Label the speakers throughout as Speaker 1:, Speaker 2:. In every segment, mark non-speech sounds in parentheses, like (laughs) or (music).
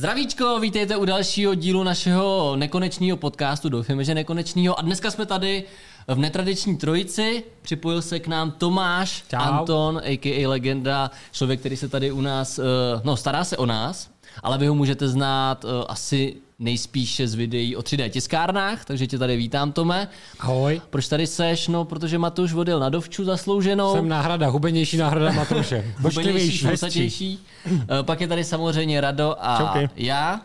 Speaker 1: Zdravíčko, vítejte u dalšího dílu našeho nekonečního podcastu, doufáme, že nekonečního. A dneska jsme tady v netradiční trojici. Připojil se k nám Tomáš,
Speaker 2: Čau.
Speaker 1: Anton, a.k.a. legenda, člověk, který se tady u nás, eh, no stará se o nás, ale vy ho můžete znát eh, asi nejspíše z videí o 3D tiskárnách, takže tě tady vítám, Tome.
Speaker 2: Ahoj.
Speaker 1: Proč tady seš? No, protože Matuš odjel na dovču zaslouženou.
Speaker 2: Jsem náhrada, hubenější náhrada Matouše.
Speaker 1: (laughs)
Speaker 2: Božlivější, hezčí.
Speaker 1: fosatější. Eh, Pak je tady samozřejmě Rado a
Speaker 2: Čauky.
Speaker 1: já.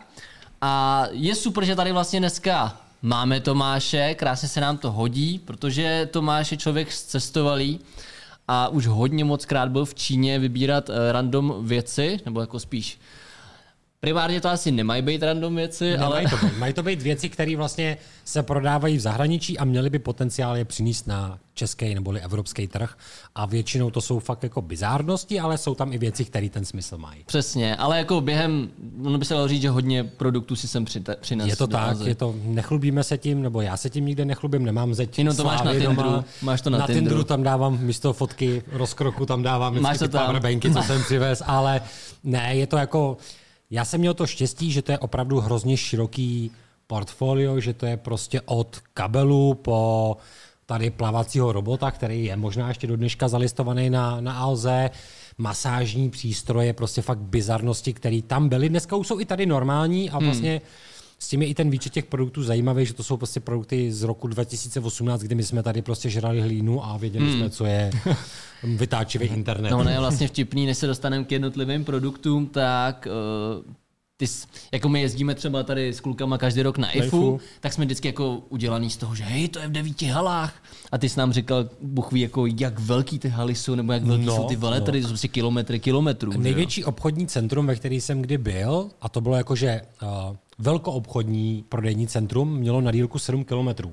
Speaker 1: A je super, že tady vlastně dneska máme Tomáše, krásně se nám to hodí, protože Tomáš je člověk cestovalý a už hodně moc krát byl v Číně vybírat eh, random věci, nebo jako spíš Primárně to asi nemají být random věci,
Speaker 2: Ale...
Speaker 1: ale
Speaker 2: Mají, to být, mají to být věci, které vlastně se prodávají v zahraničí a měly by potenciál je přinést na český neboli evropský trh. A většinou to jsou fakt jako bizárnosti, ale jsou tam i věci, které ten smysl mají.
Speaker 1: přesně. Ale jako během, ono by se dalo říct, že hodně produktů si sem přita- přinesl.
Speaker 2: Je to
Speaker 1: do
Speaker 2: tak,
Speaker 1: Azie.
Speaker 2: je to, nechlubíme se tím, nebo já se tím nikde nechlubím, nemám zeď
Speaker 1: Jenom to máš
Speaker 2: slávy
Speaker 1: na
Speaker 2: doma.
Speaker 1: Tinderu, máš to na
Speaker 2: na
Speaker 1: Tinderu.
Speaker 2: Tinderu tam dávám místo fotky rozkroku, tam dávám
Speaker 1: Máš
Speaker 2: máš
Speaker 1: to
Speaker 2: ty
Speaker 1: tam.
Speaker 2: powerbanky, co jsem přivez, ale ne, je to jako, já jsem měl to štěstí, že to je opravdu hrozně široký portfolio, že to je prostě od kabelu po tady plavacího robota, který je možná ještě do dneška zalistovaný na, na Alze, masážní přístroje, prostě fakt bizarnosti, které tam byly. Dneska už jsou i tady normální a vlastně s tím je i ten výčet těch produktů zajímavý, že to jsou prostě produkty z roku 2018, kdy my jsme tady prostě žrali hlínu a věděli jsme, co je vytáčivý internet.
Speaker 1: No, ono je vlastně vtipný, než se dostaneme k jednotlivým produktům, tak uh, ty, s- jako my jezdíme třeba tady s klukama každý rok na IFU,
Speaker 2: IFU.
Speaker 1: tak jsme vždycky jako udělaný z toho, že hej, to je v devíti halách. A ty jsi nám říkal, Bůh ví, jako, jak velký ty haly jsou, nebo jak velký no,
Speaker 2: No,
Speaker 1: jsou ty veletry, to jsou si kilometry kilometrů. že jo?
Speaker 2: Jako Největší obchodní centrum, ve který jsem kdy byl, a to bylo jakože uh, velkoobchodní prodejní centrum, mělo na délku 7 kilometrů.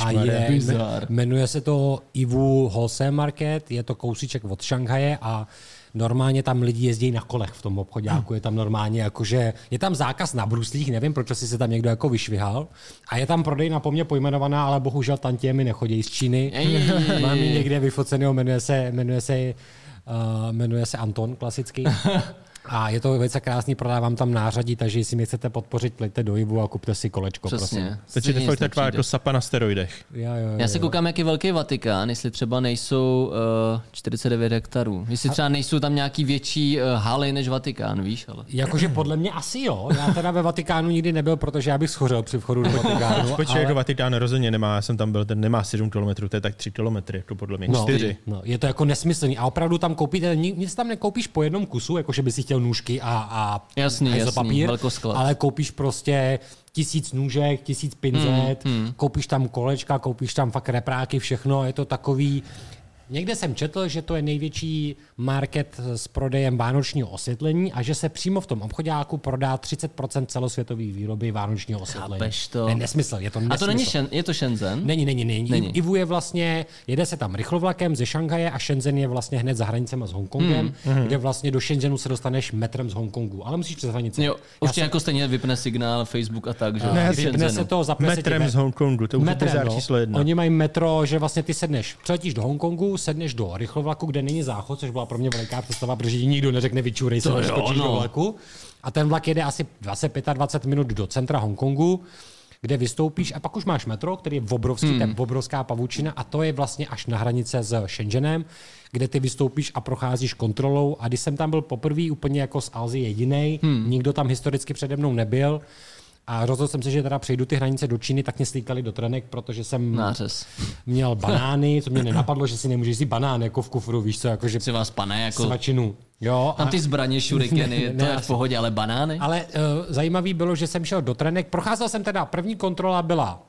Speaker 2: A
Speaker 1: Maria,
Speaker 2: je,
Speaker 1: bizar.
Speaker 2: jmenuje se to Ivu Wholesale Market, je to kousíček od Šanghaje a normálně tam lidi jezdí na kolech v tom obchodáku, je tam normálně jakože, je tam zákaz na bruslích, nevím, proč asi se tam někdo jako vyšvihal a je tam prodej na pomě pojmenovaná, ale bohužel tantiemi nechodí z Číny.
Speaker 1: Ej.
Speaker 2: Mám ji někde vyfoceného, jmenuje se, jmenuje se, uh, jmenuje se Anton klasicky. A je to velice krásný, prodávám tam nářadí, takže jestli mě chcete podpořit, pleďte do Ivu a kupte si kolečko, prosím.
Speaker 1: Přesně.
Speaker 3: Teď je to
Speaker 1: Nic
Speaker 3: fakt taková
Speaker 1: nepřijde.
Speaker 3: jako sapa na steroidech.
Speaker 2: Jo, jo, jo.
Speaker 1: Já se koukám, jak je velký Vatikán, jestli třeba nejsou uh, 49 hektarů. Jestli třeba nejsou tam nějaký větší uh, haly než Vatikán, víš, ale...
Speaker 2: Jakože podle mě asi jo. Já teda ve Vatikánu nikdy nebyl, protože já bych schořel při vchodu do Vatikánu.
Speaker 3: Počkej, ale... jako Vatikán rozhodně nemá, já jsem tam byl, ten nemá 7 km, to je tak 3 km, to podle mě 4.
Speaker 2: No, je to jako nesmyslný. A opravdu tam koupíte, ni- nic tam nekoupíš po jednom kusu, jakože by si chtěl nůžky a, a
Speaker 1: Jasný,
Speaker 2: a
Speaker 1: jasný,
Speaker 2: izopapír,
Speaker 1: velkosklad.
Speaker 2: ale koupíš prostě tisíc nůžek, tisíc pinzet,
Speaker 1: Hmm,
Speaker 2: mm, mm. koupíš tam kolečka, koupíš tam fakt repráky, všechno, je to takový... Někde jsem četl, že to je největší market s prodejem vánočního osvětlení a že se přímo v tom obchodáku prodá 30% celosvětové výroby vánočního osvětlení.
Speaker 1: Chápeš to?
Speaker 2: Je nesmysl, je to nesmysl.
Speaker 1: A to není šen, je to Shenzhen?
Speaker 2: Není, není, není.
Speaker 1: Není.
Speaker 2: není. Ivu je vlastně, jede se tam rychlovlakem ze Šanghaje a Shenzhen je vlastně hned za hranicema s Hongkongem, hmm. kde vlastně do Shenzhenu se dostaneš metrem z Hongkongu, ale musíš přes hranice.
Speaker 1: Jo, už tě jako stejně vypne signál Facebook a tak, že? jo,
Speaker 3: Ne,
Speaker 1: v
Speaker 3: vypne
Speaker 2: Vypne
Speaker 1: Shenzhenu.
Speaker 2: se to, zapne se ti
Speaker 3: Metrem
Speaker 2: met-
Speaker 3: z Hongkongu, to už je
Speaker 2: Metrem,
Speaker 3: bizar
Speaker 2: no.
Speaker 3: číslo jedna.
Speaker 2: Oni mají metro, že vlastně ty sedneš, přiletíš do Hongkongu, sedneš do rychlovlaku, kde není záchod, což byla pro mě veliká představa, protože ti nikdo neřekne vyčurej se,
Speaker 1: To
Speaker 2: než
Speaker 1: jo,
Speaker 2: skočíš
Speaker 1: no.
Speaker 2: do vlaku. A ten vlak jede asi 20, 25 minut do centra Hongkongu, kde vystoupíš a pak už máš metro, který je obrovský, hmm. to je obrovská pavučina a to je vlastně až na hranice s Shenzhenem, kde ty vystoupíš a procházíš kontrolou a když jsem tam byl poprvé úplně jako z Azie jedinej, hmm. nikdo tam historicky přede mnou nebyl, a rozhodl jsem se, že teda přejdu ty hranice do Číny, tak mě slíkali do trenek, protože jsem
Speaker 1: Nářez.
Speaker 2: měl banány, (laughs) co mě nenapadlo, že si nemůžeš si banán jako v kufru, víš co, jakože
Speaker 1: Si vás pane, jako...
Speaker 2: svačinu. Jo,
Speaker 1: Tam ty zbraně, šurikeny,
Speaker 2: Ne,
Speaker 1: to
Speaker 2: ne,
Speaker 1: je v
Speaker 2: asi.
Speaker 1: pohodě, ale banány?
Speaker 2: ale uh, zajímavý bylo, že jsem šel do trenek. Procházel jsem teda, první kontrola byla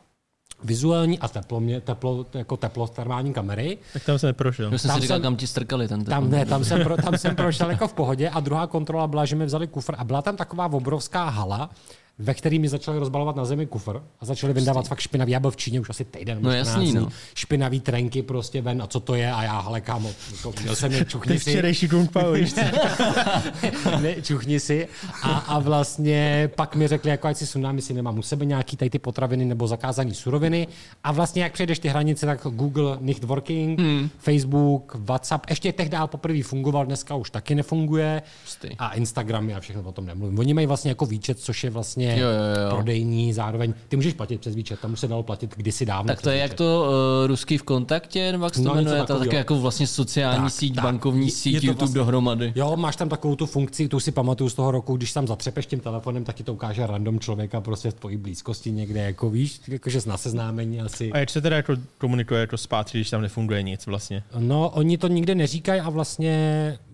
Speaker 2: vizuální a teplo, mě, teplo jako teplo z termální kamery.
Speaker 3: Tak tam jsem neprošel.
Speaker 1: Já jsem si
Speaker 2: tam
Speaker 1: říkal,
Speaker 2: jsem-
Speaker 1: kam ti strkali ten
Speaker 2: Tam
Speaker 1: telefon.
Speaker 2: ne, tam jsem, pro, tam jsem prošel jako v pohodě a druhá kontrola byla, že mi vzali kufr a byla tam taková obrovská hala, ve který mi začali rozbalovat na zemi kufr a začali vyndávat fakt špinavý. Já byl v Číně už asi týden, nebo
Speaker 1: Prostě. No jasný,
Speaker 2: 14 dní.
Speaker 1: no.
Speaker 2: špinavý trenky prostě ven a co to je a já, hele kámo, jako, měl jsem je
Speaker 3: Ty
Speaker 2: čuchni si,
Speaker 3: včerejší kung pao, víš co?
Speaker 2: (laughs) ne, čuchni si. A, a vlastně pak mi řekli, jako ať si sundám, jestli nemám u sebe nějaký tady ty potraviny nebo zakázané suroviny. A vlastně jak přejdeš ty hranice, tak Google nicht working, hmm. Facebook, WhatsApp, ještě tehdy poprvé fungoval, dneska už taky nefunguje.
Speaker 1: Hustý.
Speaker 2: A Instagramy a všechno o tom nemluvím. Oni mají vlastně jako výčet, což je vlastně
Speaker 1: Jo, jo, jo.
Speaker 2: prodejní zároveň. Ty můžeš platit přes výčet, tam už se dalo platit kdysi dávno.
Speaker 1: Tak to
Speaker 2: přes
Speaker 1: je jak
Speaker 2: výčet.
Speaker 1: to uh, ruský v kontaktě, nebo jak se to
Speaker 2: No,
Speaker 1: no,
Speaker 2: něco
Speaker 1: jmenuje, to
Speaker 2: takovýho.
Speaker 1: taky jako vlastně sociální
Speaker 2: Tak,
Speaker 1: tak, síť,
Speaker 2: tak.
Speaker 1: tak. bankovní
Speaker 2: Je-
Speaker 1: síť,
Speaker 2: je to
Speaker 1: YouTube vlastně...
Speaker 2: vlastně-
Speaker 1: dohromady.
Speaker 2: Jo, máš tam takovou tu funkci, tu si pamatuju z toho roku, když tam zatřepeš tím telefonem, tak ti to ukáže random člověka prostě v tvojí blízkosti někde, jako víš, jakože na seznámení asi.
Speaker 3: A jak se teda jako komunikuje jako zpátky, když tam nefunguje nic vlastně?
Speaker 2: No, oni to nikde neříkají a vlastně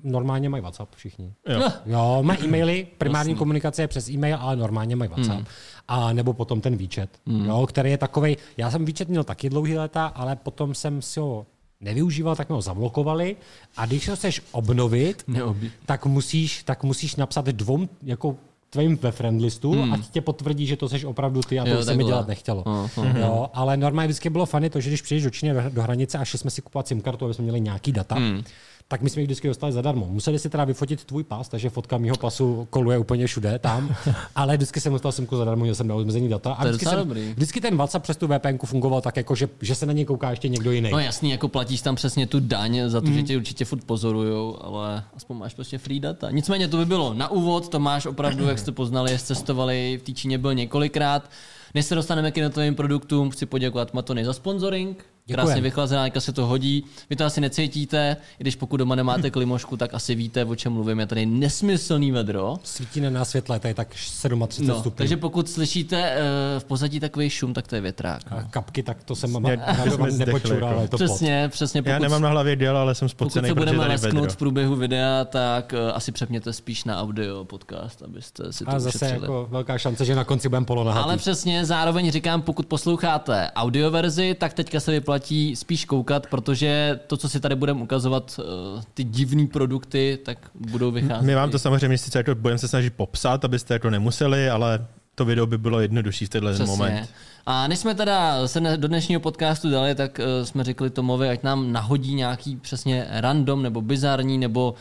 Speaker 2: normálně mají WhatsApp všichni.
Speaker 3: Jo.
Speaker 2: Jo, mají e-maily, primární komunikace je přes e-mail, ale normálně mají WhatsApp. Hmm. A nebo potom ten výčet, hmm. jo, který je takovej, já jsem výčet měl taky dlouhý leta, ale potom jsem si ho nevyužíval, tak mě ho zablokovali a když ho chceš obnovit,
Speaker 1: Neobí.
Speaker 2: tak musíš, tak musíš napsat dvou, jako tvým ve friend listu, hmm. ať tě potvrdí, že to seš opravdu ty a to
Speaker 1: Jo,
Speaker 2: jo, se mi
Speaker 1: takhle.
Speaker 2: dělat nechtělo.
Speaker 1: No,
Speaker 2: Uh-huh. Jo, ale normálně vždycky bylo fany to, že když přijdeš do Číny do- do hranice a šli jsme si kupovat SIM kartu, aby jsme měli nějaký data, hmm. tak my jsme ji vždycky dostali zadarmo. Museli si teda vyfotit tvůj pas, takže fotka mýho pasu koluje úplně
Speaker 1: (laughs)
Speaker 2: všude tam, ale vždycky jsem dostal SIMku zadarmo, měl jsem na omezení data. A
Speaker 1: To je
Speaker 2: vždycky,
Speaker 1: docela
Speaker 2: jsem,
Speaker 1: dobrý.
Speaker 2: vždycky ten WhatsApp přes tu VPN fungoval tak, jako, že, že se na něj kouká ještě někdo jiný.
Speaker 1: No jasný, jako platíš tam přesně tu daň za to, že tě určitě furt pozorujou, ale aspoň máš prostě free data. Nicméně to by bylo na úvod, to máš opravdu, jak jste poznali, jak jste cestovali, v té Číně byl několikrát. Než se dostaneme k jednotlivým produktům, chci poděkovat Matony za sponsoring.
Speaker 2: Děkujem.
Speaker 1: Krásně vychlazená, teďka se to hodí. Vy to asi necítíte, i když pokud doma nemáte klimošku, tak asi víte, o čem mluvím. Je tady nesmyslný vedro.
Speaker 2: Svítí na nás světle, to je tak 37
Speaker 1: No,
Speaker 2: stupňů.
Speaker 1: takže pokud slyšíte eh, v pozadí takový šum, tak to je větrák.
Speaker 2: A kapky, tak to jsem
Speaker 3: Jak bychom zdechli,
Speaker 2: nepočural,
Speaker 3: jako.
Speaker 2: ale je to pot.
Speaker 1: přesně, přesně. Pokud
Speaker 3: Já nemám na hlavě děl, ale jsem
Speaker 1: Pokud
Speaker 3: spocený,
Speaker 1: se
Speaker 3: protože
Speaker 1: budeme
Speaker 3: tady vedro.
Speaker 1: lesknout v průběhu videa, tak eh, asi přepněte spíš na audio podcast, abyste si to
Speaker 2: A zase
Speaker 1: ušetřili.
Speaker 2: jako velká šance, že na konci budeme polonahatý.
Speaker 1: Ale přesně, zároveň říkám, pokud posloucháte audioverzi, tak teďka se vyplatí spíš koukat, protože to, co si tady budeme ukazovat, eh, ty divný produkty, tak budou vycházet.
Speaker 3: My vám to samozřejmě sice jako budeme se snažit popsat, abyste jako nemuseli, ale to video by bylo jednodušší v tenhle ten moment.
Speaker 1: A než jsme teda se ne- do dnešního podcastu dali, tak eh, jsme řekli Tomovi, ať nám nahodí nějaký přesně random nebo bizarní nebo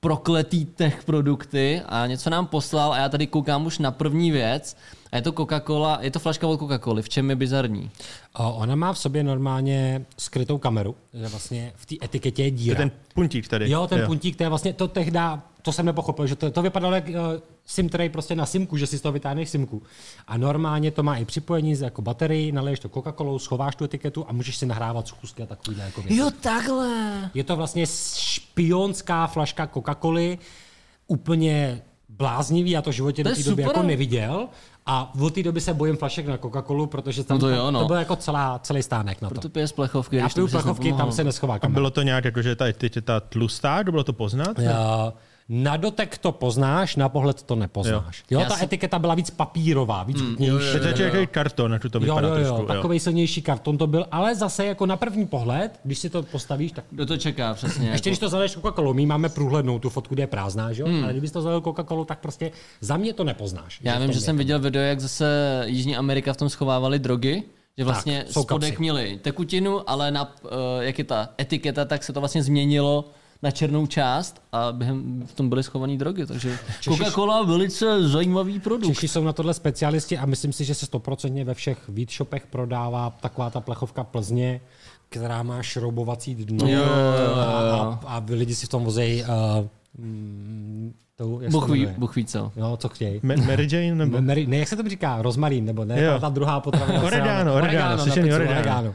Speaker 1: prokletý tech produkty a něco nám poslal a já tady koukám už na první věc a je to Coca-Cola, je to flaška od Coca-Coly, v čem je bizarní?
Speaker 2: A Ona má v sobě normálně skrytou kameru, že vlastně v té etiketě je
Speaker 3: To je
Speaker 2: díra.
Speaker 3: ten puntík tady.
Speaker 2: Jo, ten puntík, to je vlastně to tehdy, to jsem nepochopil, že to, to vypadalo jak uh, SIM tray prostě na simku, že si z toho vytáhneš simku. A normálně to má i připojení z- jako baterii, naleješ to coca colou schováš tu etiketu a můžeš si nahrávat schůzky a takovýhle jako věci.
Speaker 1: takhle.
Speaker 2: Je to vlastně špionská flaška Coca-Coly, úplně bláznivý, já to v životě
Speaker 1: To
Speaker 2: do
Speaker 1: je
Speaker 2: té doby
Speaker 1: super.
Speaker 2: jako neviděl. A od té doby se bojím flašek na Coca-Colu, protože tam
Speaker 1: No to jo, no.
Speaker 2: to byl jako celá, celý stánek na to.
Speaker 1: To pije z plechovky.
Speaker 2: Já
Speaker 1: když to
Speaker 2: piju
Speaker 1: bys si
Speaker 2: plechovky, tam
Speaker 1: nepomohl.
Speaker 2: se neschová
Speaker 3: A
Speaker 2: kamera.
Speaker 3: bylo to nějak jako, že ta etiketa tlustá, kdo bylo to poznat?
Speaker 2: Eh, Na dotek to poznáš, na pohled to nepoznáš. Jo,
Speaker 1: Hmm. Já
Speaker 2: ta
Speaker 1: si- Hmm,
Speaker 2: etiketa byla víc papírová, víc chutnější.
Speaker 3: Je to takový karton, na to
Speaker 2: Jo,
Speaker 3: vypadá
Speaker 2: jo, jo,
Speaker 3: trošku.
Speaker 2: takový silnější karton to byl, ale zase jako na první pohled, když si to postavíš, tak
Speaker 1: Kdo to čeká, přesně.
Speaker 2: Ještě když to zadeš coca colou my máme průhlednou tu fotku, kde je prázdná, že jo? Ale kdybys to zadal coca colou tak prostě za mě to nepoznáš.
Speaker 1: Hmm. Já
Speaker 2: v
Speaker 1: vím,
Speaker 2: tom
Speaker 1: že
Speaker 2: je.
Speaker 1: jsem viděl video, jak zase Jižní Amerika v tom schovávali drogy, že vlastně
Speaker 2: jsou
Speaker 1: spodek
Speaker 2: kapsy.
Speaker 1: měli tekutinu, ale na, eh, jak je ta etiketa, tak se to vlastně změnilo na černou část a během v tom byly schované drogy, takže Coca-Cola velice zajímavý produkt.
Speaker 2: Češi jsou na tohle specialisti a myslím si, že se stoprocentně ve všech weedshopech prodává taková ta plechovka Plzně, která má šroubovací dno
Speaker 1: Jo, jo, jo,
Speaker 2: a, a, a lidi si v tom vozejí uh, mm, tou, jak se
Speaker 1: Bůh
Speaker 2: to
Speaker 1: ví,
Speaker 2: jmenuje?
Speaker 1: Bůh ví co.
Speaker 2: No, co chtějí.
Speaker 3: Ma- Mary Jane nebo?
Speaker 2: Mary, ne, jak se tomu říká? Rozmarín, nebo ne?
Speaker 3: Jo.
Speaker 2: Ta- Ta druhá potravina.
Speaker 3: Oregano, oregano, slyšený
Speaker 2: slyšený
Speaker 3: oregano.
Speaker 2: oregano.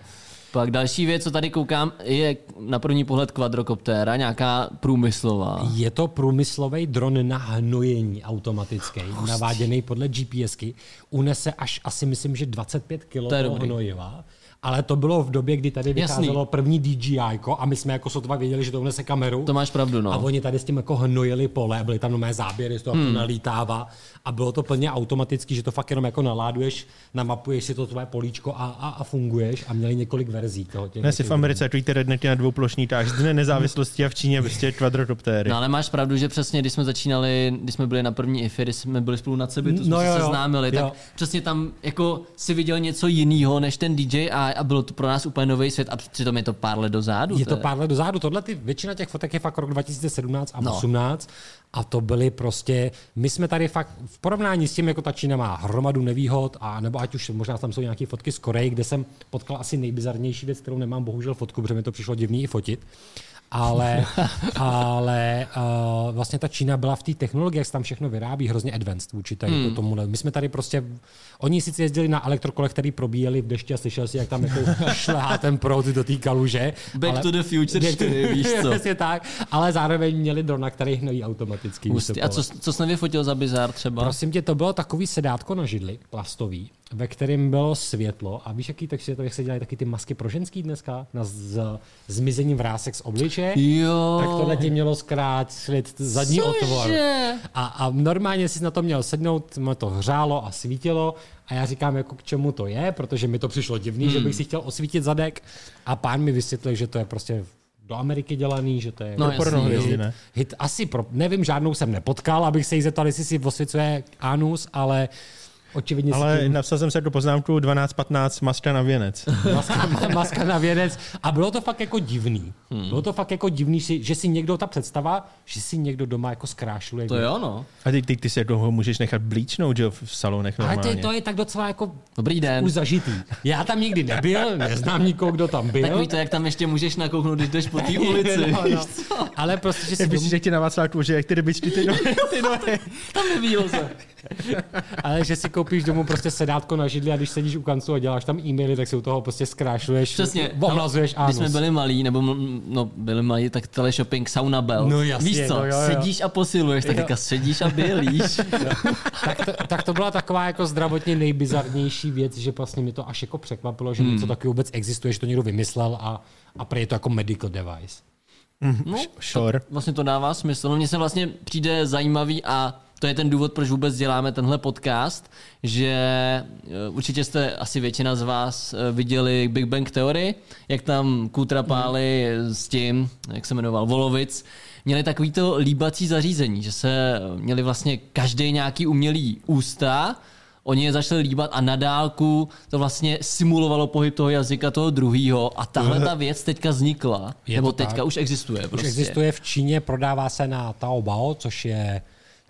Speaker 1: Pak další věc, co tady koukám, je na první pohled kvadrokoptéra, nějaká průmyslová.
Speaker 2: Je to průmyslový dron na hnojení automatický, naváděný podle GPSky. Unese až asi, myslím, že 25 kg
Speaker 1: To je dobrý.
Speaker 2: hnojiva. ale to bylo v době, kdy tady
Speaker 1: Jasný.
Speaker 2: vycházelo první DJI a my jsme jako sotva věděli, že to se kameru.
Speaker 1: To máš pravdu, no.
Speaker 2: A oni tady s tím jako hnojili pole a byly tam nové záběry, z toho hmm. nalítává a bylo to plně automaticky, že to fakt jenom jako naláduješ, namapuješ si to tvoje políčko a, a, a funguješ a měli několik verzí toho. těch-
Speaker 3: Dnes je v Americe takový ty rednecky na dvouplošný táh z dne nezávislosti a v Číně prostě kvadrotoptéry.
Speaker 1: No ale máš pravdu, že přesně když jsme začínali, když jsme byli na první IFI, když jsme byli spolu na sebe, to jsme
Speaker 2: No
Speaker 1: se
Speaker 2: jo, jo.
Speaker 1: seznámili, tak
Speaker 2: Jo.
Speaker 1: přesně tam jako si viděl něco jiného než ten DJ a, a bylo to pro nás úplně nový svět a přitom je to pár let dozadu.
Speaker 2: Je to
Speaker 1: je-
Speaker 2: pár let dozadu. Tohle ty, většina těch fotek je fakt rok 2017 a
Speaker 1: No.
Speaker 2: 18 a to byly prostě, my jsme tady fakt v porovnání s tím, jako ta Čína má hromadu nevýhod, a nebo ať už možná tam jsou nějaké fotky z Koreji, kde jsem potkal asi nejbizarnější věc, kterou nemám bohužel fotku, protože mi to přišlo divný i fotit. Ale, ale uh, vlastně ta Čína byla v té technologii, jak se tam všechno vyrábí, hrozně advanced vůči tady hmm. tomu. My jsme tady prostě, oni sice jezdili na elektrokolech, který probíjeli v dešti a slyšel si, jak tam jako šlehá ten proud do té kaluže.
Speaker 1: Back to the Future 4, víš co.
Speaker 2: Přesně tak, ale zároveň měli drona, který hnojí automaticky. víš
Speaker 1: Hustý. A co, co jsi nevyfotil za bizar třeba?
Speaker 2: Prosím tě, to bylo takový sedátko na židli, plastový, ve kterém bylo světlo. A víš, jaký tak světlo, jak se dělají taky ty masky pro ženský dneska? Na z, zmizení vrásek z obliče.
Speaker 1: Jo.
Speaker 2: Tak tohle ti mělo zkrátit zadní
Speaker 1: Cože?
Speaker 2: otvor. A, a normálně jsi na to měl sednout, mě to hřálo a svítilo a já říkám, jako k čemu to je, protože mi to přišlo divný, hmm. že bych si chtěl osvítit zadek a pán mi vysvětlil, že to je prostě do Ameriky dělaný, že to je
Speaker 1: No, jasný.
Speaker 3: Porno hvězdy, ne?
Speaker 2: hit asi pro, nevím, žádnou jsem nepotkal, abych se jí zeptal, jestli si osvěcuje anus, ale očividně si
Speaker 3: (laughs) Ale napsal jsem se do poznámku 12-15 maska na věnec.
Speaker 2: maska, maska na věnec. A bylo to fakt jako divný. Hmm. Bylo to fakt jako divný, si- že si někdo, ta představa, že si někdo doma jako zkrášluje.
Speaker 1: To jo, no.
Speaker 3: A ty, ty, ty si jako ho můžeš nechat blíčnout, že jo, v salonech
Speaker 2: Ale
Speaker 3: normálně.
Speaker 2: ty, to je tak docela jako
Speaker 1: Dobrý den.
Speaker 2: už zažitý. Já tam nikdy nebyl, neznám nikoho, kdo tam byl.
Speaker 1: Takový to, jak tam ještě můžeš nakouknout, když jdeš po
Speaker 2: (laughs)
Speaker 1: té ulici.
Speaker 2: No,
Speaker 1: víš
Speaker 2: no.
Speaker 1: co?
Speaker 2: Ale prostě, že si
Speaker 3: Jak
Speaker 2: domů...
Speaker 3: myslíš, že ti na Václaváku, že jak ty rybičky, ty nohy, ty nohy.
Speaker 1: Tam neviděl se.
Speaker 2: Ale že si koupíš domů prostě sedátko na židli a když sedíš u kanclu a děláš tam e-maily, tak si u toho prostě zkrášluješ,
Speaker 1: Přesně. no,
Speaker 2: ohlazuješ
Speaker 1: Když
Speaker 2: anus.
Speaker 1: jsme byli malí, nebo mm, no, byli malí, tak teleshopping, sauna bell.
Speaker 2: No jasně,
Speaker 1: Víš co,
Speaker 2: no jo, jo.
Speaker 1: sedíš a posiluješ, tak teďka sedíš a bylíš.
Speaker 2: (laughs) tak, to, tak to byla taková jako zdravotně nejbizarnější věc, že vlastně mi to až jako překvapilo, že hmm. něco takového vůbec existuje, že to někdo vymyslel a, a prý je to jako medical device.
Speaker 1: No,
Speaker 3: Sure.
Speaker 1: vlastně to dává smysl. No mně se vlastně přijde zajímavý a to je ten důvod, proč vůbec děláme tenhle podcast, že eh, určitě jste asi většina z vás eh, viděli Big Bang Theory, jak tam
Speaker 2: Mhm.
Speaker 1: Kutra páli s tím, jak se jmenoval, Volovic, měli takovýto líbací zařízení, že se eh, měli vlastně každý nějaký umělý ústa, oni je začali líbat a na dálku to vlastně simulovalo pohyb toho jazyka toho druhého a
Speaker 2: (laughs)
Speaker 1: tahle ta věc teďka vznikla,
Speaker 2: Je
Speaker 1: nebo
Speaker 2: to tak.
Speaker 1: teďka už existuje. Prostě.
Speaker 2: Už existuje v Číně, prodává se na Taobao, což je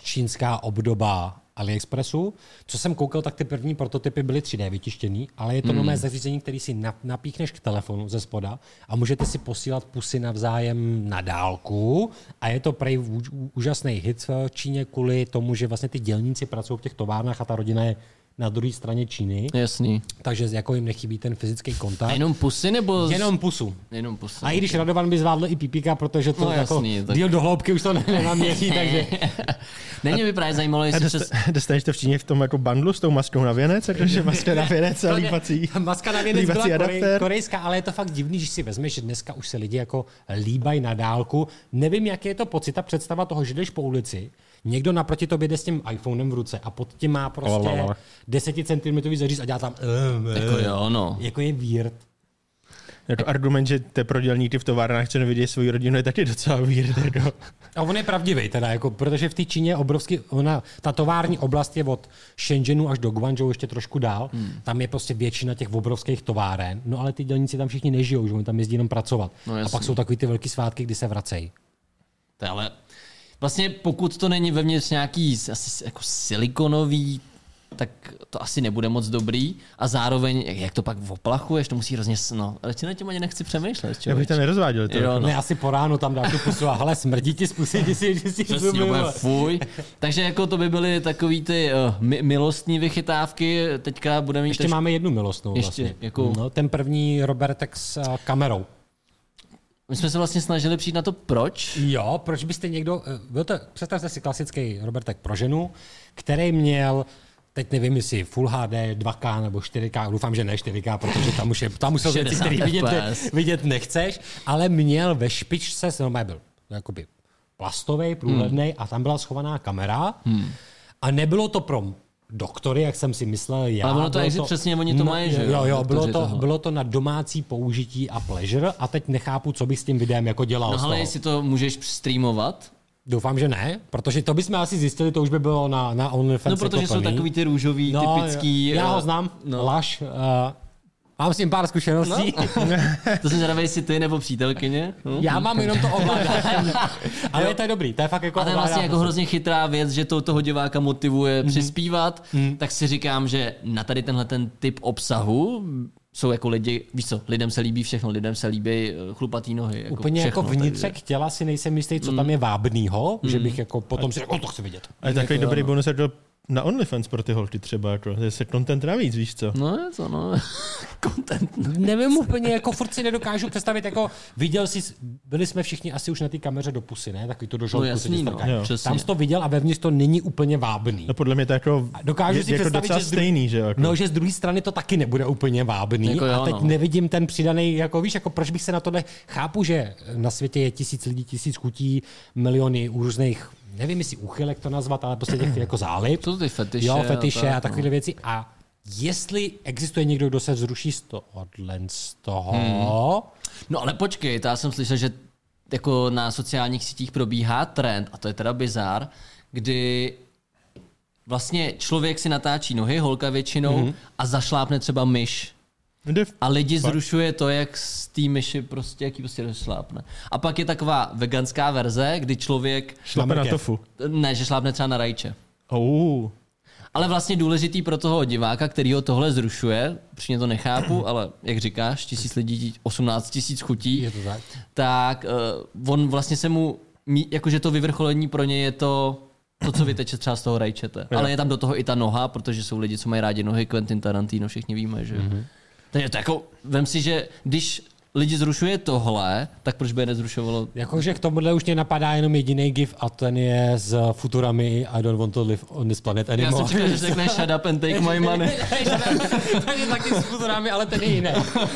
Speaker 2: čínská obdoba AliExpressu. Co jsem koukal, tak ty první prototypy byly 3D vytištěný, ale je
Speaker 1: Hmm.
Speaker 2: to nové zařízení, který si nap- napíchneš k telefonu ze spoda a můžete si posílat pusy navzájem na dálku. A je to prej vůž- úžasný hit v Číně kvůli tomu, že vlastně ty dělníci pracují v těch továrnách a ta rodina je na druhé straně Číny,
Speaker 1: Jasný.
Speaker 2: takže jako jim nechybí ten fyzický
Speaker 1: A
Speaker 2: kontakt.
Speaker 1: jenom pusy nebo... z-
Speaker 2: Jenom pusu.
Speaker 1: Jenom pusy.
Speaker 2: A i když Radovan by zvládl i pipíka, protože to
Speaker 1: No
Speaker 2: no, jako
Speaker 1: jasný,
Speaker 2: jasný,
Speaker 1: tak-
Speaker 2: tak... díl do hloubky už to ne-
Speaker 1: (laughs)
Speaker 2: nenaměří, takže
Speaker 1: Není by právě zajímalo,
Speaker 3: A
Speaker 1: jestli
Speaker 3: dosta-
Speaker 1: přes...
Speaker 3: dostaneš to v Číně v tom jako bandlu s tou maskou na věnec, jakože maska na věnec a líbací.
Speaker 2: maska na věnec
Speaker 3: líbací
Speaker 2: byla korej,
Speaker 3: adaptér.
Speaker 2: korejská, ale je to fakt divný, že si vezmeš, že dneska už se lidi jako líbají na dálku. Nevím, jaký je to pocit, ta představa toho, že jdeš po ulici, někdo naproti tobě jde s tím iPhonem v ruce a pod tím má prostě
Speaker 3: Olala.
Speaker 2: 10 cm zaříz a dělá tam
Speaker 1: Jako jo, no.
Speaker 2: jako je výrt.
Speaker 3: Jako argument, že te prodělníky v továrnách, co nevidí svoji rodinu, je taky docela weird. Jako.
Speaker 2: A on je pravdivý teda, jako, protože v té Číně je obrovský, ona, ta tovární oblast je od Shenzhenu až do Guangzhou ještě trošku dál. Hmm. Tam je prostě většina těch obrovských továren. No ale ty dělníci tam všichni nežijou, že oni tam jezdí jenom pracovat.
Speaker 1: No
Speaker 2: No, a
Speaker 1: jasně.
Speaker 2: pak jsou takový ty velký svátky, kdy se vracejí.
Speaker 1: To je ale... Vlastně pokud to není vevnitř nějaký s- asi s- jako silikonový, tak to asi nebude moc dobrý. A zároveň, jak- jak to pak oplachuješ, to musí hrozně... s- No, ale ti na tím ani nechci přemýšlet,
Speaker 3: Já bych
Speaker 1: člověče.
Speaker 3: to nerozváděl. To.
Speaker 1: Jo,
Speaker 2: No.
Speaker 1: no.
Speaker 2: Ne, asi po ránu tam dá tu pusu a hele, smrdí ti, zkusí ti si, že si zuby,
Speaker 1: Přesně, úplně
Speaker 2: vole.
Speaker 1: fuj. Takže jako to by byly takový ty uh, mi- milostní vychytávky, teďka budeme mít...
Speaker 2: Ještě
Speaker 1: trošku-
Speaker 2: máme jednu milostnou
Speaker 1: Ještě,
Speaker 2: vlastně.
Speaker 1: jakou?
Speaker 2: No, ten první eh, Robertek s a, kamerou.
Speaker 1: My jsme se vlastně snažili přijít na to, proč.
Speaker 2: Jo, proč byste někdo, eh, byl to, představte si klasický Robertek pro ženu, který měl Teď nevím, jestli Full HD, 2K nebo 4K, doufám, že ne 4K, protože tam už, je, tam už jsou věci,
Speaker 1: 60
Speaker 2: které vidět,
Speaker 1: FPS.
Speaker 2: vidět, nechceš, ale měl ve špičce, se normálně byl jakoby plastový, průhledný
Speaker 1: Hmm.
Speaker 2: a tam byla schovaná kamera a nebylo to pro doktory, jak jsem si myslel já.
Speaker 1: Ale ono to
Speaker 2: bylo
Speaker 1: exit přesně, oni to mají, že jo,
Speaker 2: Jo, jo,
Speaker 1: doktoři
Speaker 2: bylo to,
Speaker 1: tohle.
Speaker 2: bylo to na domácí použití a pleasure a teď nechápu, co bych s tím videem jako dělal.
Speaker 1: No
Speaker 2: z
Speaker 1: ale
Speaker 2: toho.
Speaker 1: jestli to můžeš streamovat,
Speaker 2: Doufám, že ne, protože to bychom asi zjistili, to už by bylo na, na OnlyFans.
Speaker 1: no protože
Speaker 2: jako
Speaker 1: jsou
Speaker 2: plný.
Speaker 1: takový ty růžový,
Speaker 2: No,
Speaker 1: typický...
Speaker 2: Já ho
Speaker 1: eh,
Speaker 2: znám, no. Laš. Uh, mám s ním pár zkušeností. No.
Speaker 1: To jsem zvědavý, jestli ty nebo přítelkyně. Hm?
Speaker 2: (laughs) Já mám jenom to
Speaker 1: (laughs)
Speaker 2: ovládání. Ale to je dobrý, to je fakt jako
Speaker 1: A to je vlastně
Speaker 2: ovládání.
Speaker 1: jako hrozně chytrá věc, že to toho diváka motivuje mm-hmm. přispívat, mm-hmm. tak si říkám, že na tady tenhle ten typ obsahu jsou jako lidi, víš co, lidem se líbí všechno, lidem se líbí eh, chlupatý nohy. Jako
Speaker 2: Úplně
Speaker 1: všechno, Mm.
Speaker 2: jako vnitřek těla si nejsem jistý, co tam je vábnýho, že bych jako potom si řekl, "O, to chci vidět.
Speaker 3: A je takový dobrý bonus jako na OnlyFans pro ty holky třeba, jako, že se content navíc, víš co?
Speaker 1: No je to, no. (laughs) Content. no,
Speaker 2: Nevím úplně, jako furt si nedokážu představit, jako viděl jsi, byli jsme všichni asi už na té kameře do pusy, ne? Takový to do žaludku se
Speaker 1: jasný,
Speaker 2: ti
Speaker 1: no,
Speaker 2: strká.
Speaker 1: jo. přesně.
Speaker 2: Tam jsi to viděl a vevnitř to není úplně vábný.
Speaker 3: No podle mě to jako,
Speaker 2: Dokážu
Speaker 3: je,
Speaker 2: si
Speaker 3: jako
Speaker 2: představit,
Speaker 3: docela
Speaker 2: že z dru-
Speaker 3: stejný, že jo? Jako.
Speaker 2: No, že z druhé strany to taky nebude úplně vábný.
Speaker 1: Jako
Speaker 2: Jako
Speaker 1: jo,
Speaker 2: a teď
Speaker 1: no.
Speaker 2: nevidím ten přidaný, jako víš, jako proč bych se na tohle. Chápu, že na světě je tisíc lidí, tisíc chutí, miliony různých, nevím, jestli úchylek to nazvat, ale prostě těch jako zálip.
Speaker 1: Jsou to ty fetiše
Speaker 2: Jo,
Speaker 1: a
Speaker 2: fetiše
Speaker 1: tak, no.
Speaker 2: a takovéhle věci. A jestli existuje někdo, kdo se vzruší z tohohle, z toho,
Speaker 1: No ale počkej, to já jsem slyšel, že jako na sociálních sítích probíhá trend, a to je teda bizár, kdy vlastně člověk si natáčí nohy, holka většinou,
Speaker 2: Mhm.
Speaker 1: mm-hmm. a zašlápne třeba myš.
Speaker 3: Jde v-
Speaker 1: A lidi zrušuje to, jak z té myši prostě, jaký prostě rozšlápne. A pak je taková veganská verze, kdy člověk,
Speaker 3: šlape na
Speaker 2: mrkev.
Speaker 3: tofu.
Speaker 1: ne, že šlápne třeba na rajče.
Speaker 3: Oh.
Speaker 1: Ale vlastně důležitý pro toho diváka, který ho tohle zrušuje, přímě to nechápu, ale jak říkáš, tisíc lidí, 18 tisíc chutí,
Speaker 2: je to tak.
Speaker 1: tak uh, on vlastně se mu, mí- jakože to vyvrcholení pro ně je to, to, co vyteče třeba z toho rajčete. Ale je tam do toho i ta noha, protože jsou lidi, co mají rádi nohy, Quentin Tarantino, všichni víme, že jo. Takže to jako, vem si, že když lidi zrušuje tohle, tak proč by je nezrušovalo?
Speaker 2: Jakože Jako, k tomuhle už mě napadá jenom jediný gif a ten je z Futurami I don't want to live on this planet
Speaker 1: Já
Speaker 2: anymore.
Speaker 1: jsem čekal, že řekne shut up and take my
Speaker 2: (laughs)
Speaker 1: money.
Speaker 2: Takže taky s futurami, ale ten je jiný.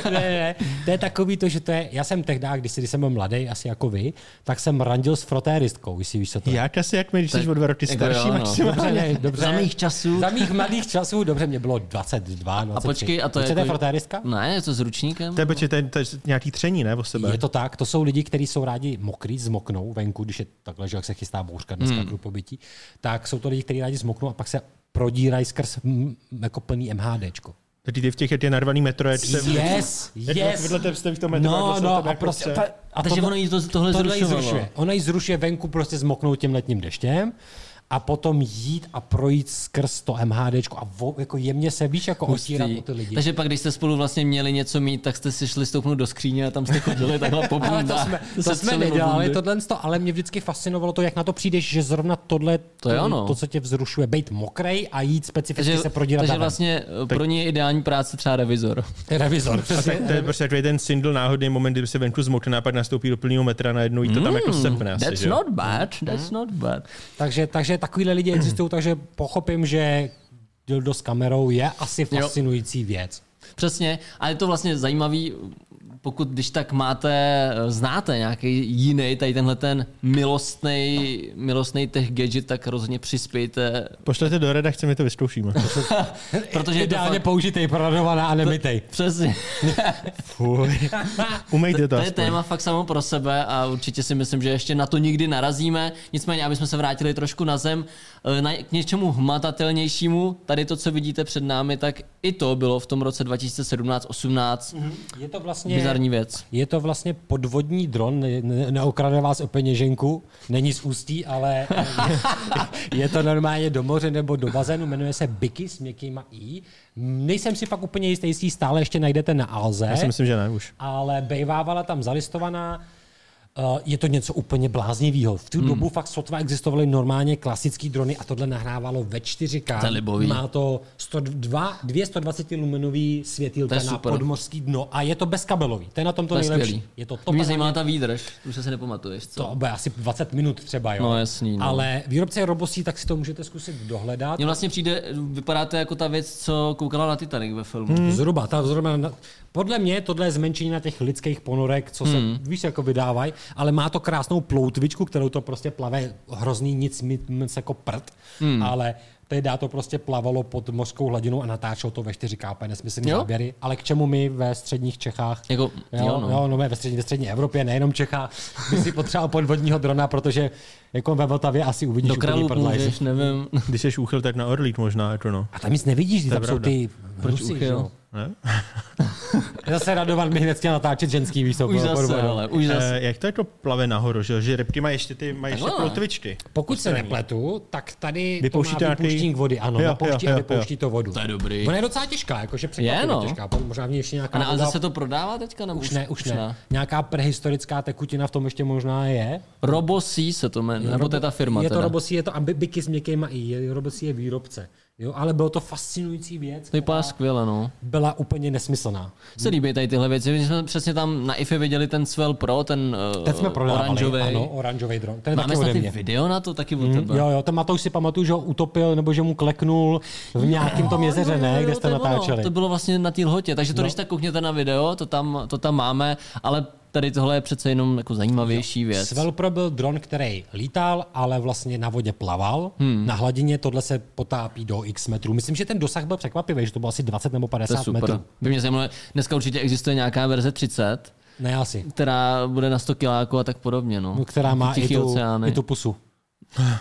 Speaker 2: Ne, ne, ne. To je takový to, že to je, já jsem tehdy, když, když jsem byl mladý, asi jako vy, tak jsem randil s frotéristkou, jestli víš, co to je.
Speaker 3: Jak asi, jak my, když jsi o dva roky
Speaker 1: jako
Speaker 3: starší,
Speaker 1: jo, no.
Speaker 3: maximálně.
Speaker 2: Dobře, ne, dobře.
Speaker 1: Za mých časů.
Speaker 2: Za mých mladých časů, dobře, mě bylo 22, 23.
Speaker 1: počkej, a to je
Speaker 2: Víš, co to je
Speaker 1: jako-
Speaker 2: frotéristka?
Speaker 1: Ne, je to s ručníkem?
Speaker 3: To je, počkej, to je, to je nějaký tření, ne, o sebe?
Speaker 2: Je to tak, to jsou lidi, kteří jsou rádi mokrý, zmoknou venku, když je takhle, že jak se chystá bouřka dneska hmm. pobytí, tak jsou to lidi, kteří rádi zmoknou a pak se prodírají skrz mm, jako plný MHDčko.
Speaker 3: Teď ty v těch, jak je narvaný metro, jak se...
Speaker 2: Yes,
Speaker 1: Jako
Speaker 3: Jak
Speaker 2: yes.
Speaker 3: vedle jste v tom metru,
Speaker 2: No,
Speaker 3: vedle
Speaker 2: no,
Speaker 3: sebe
Speaker 2: a
Speaker 3: jako
Speaker 2: prostě...
Speaker 3: se-
Speaker 2: Ta, a
Speaker 1: Takže ono jí to, tohle,
Speaker 2: tohle jí
Speaker 1: zrušovalo.
Speaker 2: zrušuje. Ona ji zrušuje venku prostě zmoknout tím letním deštěm a potom jít a projít skrz to MHDčko a vo, jako jemně se, víš, jako otírat o ty lidi.
Speaker 1: Takže pak, když jste spolu vlastně měli něco mít, tak jste si šli stoupnout do skříně a tam jste chodili takhle po
Speaker 2: (laughs)
Speaker 1: (laughs)
Speaker 2: (laughs) ale to
Speaker 1: bundách.
Speaker 2: jsme,
Speaker 1: Se
Speaker 2: to jsme
Speaker 1: střelili do
Speaker 2: nedělali,
Speaker 1: bundy.
Speaker 2: tohle, to, ale mě vždycky fascinovalo to, jak na to přijdeš, že zrovna tohle,
Speaker 1: To je ono.
Speaker 2: to co tě vzrušuje, být mokrej a jít specificky
Speaker 1: Takže,
Speaker 2: se prodírat
Speaker 1: takže
Speaker 2: na ven.
Speaker 1: vlastně eh, pro ně je ideální práce třeba revizor.
Speaker 2: (laughs) Revizor,
Speaker 3: A
Speaker 2: přesně.
Speaker 3: tak to je prostě takový ten single náhodný moment, kdy se venku zmokne a pak nastoupí do plného metra a najednou jí to tam jako sepne asi,
Speaker 1: Hmm, That's
Speaker 3: že? jo?
Speaker 1: not bad, that's not bad.
Speaker 2: Takže, takže takovýhle lidi existují, takže pochopím, že dildo s kamerou je asi fascinující věc.
Speaker 1: Přesně, a je to vlastně zajímavý, pokud když tak máte, eh, znáte nějaký jiný, tady tenhle ten milostný, milostný tech gadget, tak rozhodně přispějte,
Speaker 3: Pošlete do redakce, my to vyzkoušíme.
Speaker 1: protože je to
Speaker 2: Ideálně
Speaker 1: fakt,
Speaker 2: použitej, prodovaná a nemitej.
Speaker 1: přesně.
Speaker 3: Fuj. Umejte to,
Speaker 1: To je
Speaker 3: aspoň.
Speaker 1: téma fakt samo pro sebe a určitě si myslím, že ještě na to nikdy narazíme. Nicméně, aby jsme se vrátili trošku na zem, eh, na, k něčemu hmatatelnějšímu, tady to, co vidíte před námi, tak i to bylo v tom roce 2017-18
Speaker 2: (laughs) Je to vlastně...
Speaker 1: bizarní věc.
Speaker 2: Je to vlastně podvodní dron, ne, ne, neokrade vás o peněženku, není z ústí, ale je, je to normálně do moře nebo do bazénu, jmenuje se Biky s měkkýma i. Nejsem si fakt úplně jistý, jestli ji stále ještě najdete na Alze,
Speaker 3: Já si myslím, že ne už.
Speaker 2: ale bejvávala tam zalistovaná. Uh, je to něco úplně bláznivého. V tu hmm. dobu fakt sotva existovaly normálně klasické drony a tohle nahrávalo ve 4K.
Speaker 1: To je libový.
Speaker 2: Má to 102, 220 lumenový světilka
Speaker 1: To je
Speaker 2: na
Speaker 1: super.
Speaker 2: podmořský dno a je to bezkabelový. To je na tom to,
Speaker 1: To je
Speaker 2: nejlepší.
Speaker 1: skvělý.
Speaker 2: Je to top.
Speaker 1: Mě zajímá ta výdrž, už se nepamatuješ, co?
Speaker 2: To bude asi 20 minut třeba, jo.
Speaker 1: No, jasný, no.
Speaker 2: Ale výrobce je robosí, tak si to můžete zkusit dohledat.
Speaker 1: Mně vlastně přijde, vypadá to jako ta věc, co koukala na Titanic ve filmu. Hmm.
Speaker 2: Zhruba, ta zhruba, na- podle mě tohle je zmenšení na těch lidských ponorek, co se, hmm. víš, jako vydávají, ale má to krásnou ploutvičku, kterou to prostě plave hrozný nic, mi- nic jako prd, hmm. ale tehdy to prostě plavalo pod mořskou hladinou a natáčelo to ve 4K úplně nesmyslný
Speaker 1: Jo.
Speaker 2: záběry, ale k čemu my ve středních Čechách
Speaker 1: Jako,
Speaker 2: Jo,
Speaker 1: jo, no.
Speaker 2: jo, no, ve, střední, ve střední Evropě, nejenom Čechách, by si potřeboval podvodního drona, protože jako ve Vltavě asi uvidíš
Speaker 1: Do
Speaker 2: úplný
Speaker 1: králu
Speaker 2: prdlajzy.
Speaker 1: můžeš, nevím.
Speaker 3: Když jsi úchyl, tak na orlík možná, jako no.
Speaker 2: A tam nic nevidíš, tam jsou
Speaker 3: pravda.
Speaker 2: ty Rusy,
Speaker 1: uchyl?
Speaker 2: že jo.
Speaker 3: Ne?
Speaker 2: Zase Radovan mi hned chtěl natáčet ženský no, výstup.
Speaker 1: Už zase, ale už zase.
Speaker 3: Eh, jak to jako plave nahoru, že, jo? že repky mají ještě ty, mají ještě
Speaker 1: Takhle. no.
Speaker 3: plotvičky.
Speaker 2: Pokud se nepletu, tak tady
Speaker 3: Vypouští
Speaker 2: to
Speaker 3: to
Speaker 2: má
Speaker 3: nějaký-
Speaker 2: vypouštění k vody. Ano,
Speaker 3: Jo,
Speaker 2: jo,
Speaker 3: jo,
Speaker 2: napouští
Speaker 3: jo,
Speaker 2: a
Speaker 3: jo.
Speaker 2: vypouští to vodu.
Speaker 1: To je dobrý.
Speaker 2: Ona je docela těžká, jakože
Speaker 1: Je,
Speaker 2: překvapivě
Speaker 1: no.
Speaker 2: těžká. Pak Možná v ní ještě nějaká
Speaker 1: A, na, a
Speaker 2: voda-
Speaker 1: zase to prodává teďka? Nebo
Speaker 2: Eh, už ne, už ne. Nějaká prehistorická tekutina v tom ještě možná je.
Speaker 1: Robosí se to jmenuje, nebo to je ta firma
Speaker 2: Je to
Speaker 1: teda.
Speaker 2: Robosí, je to ambibiky s měkkýma i, je- Robosí je výrobce. Jo, ale bylo to fascinující věc,
Speaker 1: To vypadá skvěle, no.
Speaker 2: byla úplně nesmyslná.
Speaker 1: Se líbí tady tyhle věci. My jsme přesně tam na IFE viděli ten Swell Pro, ten eh,
Speaker 2: Teď jsme prodávali,
Speaker 1: oranžový.
Speaker 2: ano, oranžový dron. Ten je
Speaker 1: Máme
Speaker 2: taky ode
Speaker 1: snad i
Speaker 2: mě. Hmm,
Speaker 1: video na to taky od tebe.
Speaker 2: Jo, jo, ten Matouš si pamatuju, že ho utopil nebo že mu kleknul v nějakém tom jezeře,
Speaker 1: Jo,
Speaker 2: ne,
Speaker 1: jo,
Speaker 2: kde
Speaker 1: jo,
Speaker 2: jste
Speaker 1: to je ono.
Speaker 2: natáčeli. No.
Speaker 1: To bylo vlastně na té lhotě, takže to, když tak koukněte na video, to tam, to tam máme, ale tady tohle je přece jenom jako zajímavější věc.
Speaker 2: Svelpro byl dron, který lítal, ale vlastně na vodě plaval. Hmm. Na hladině tohle se potápí do x metrů. Myslím, že ten dosah byl překvapivý, že to bylo asi 20 nebo
Speaker 1: To je
Speaker 2: 50
Speaker 1: super.
Speaker 2: metrů.
Speaker 1: By mě zajímalo, dneska určitě existuje nějaká verze 30,
Speaker 2: Ne asi.
Speaker 1: která bude na 100 kiláku a tak podobně. No.
Speaker 2: No, Která má
Speaker 1: Tichý
Speaker 2: i tu,
Speaker 1: oceány.
Speaker 2: i tu pusu.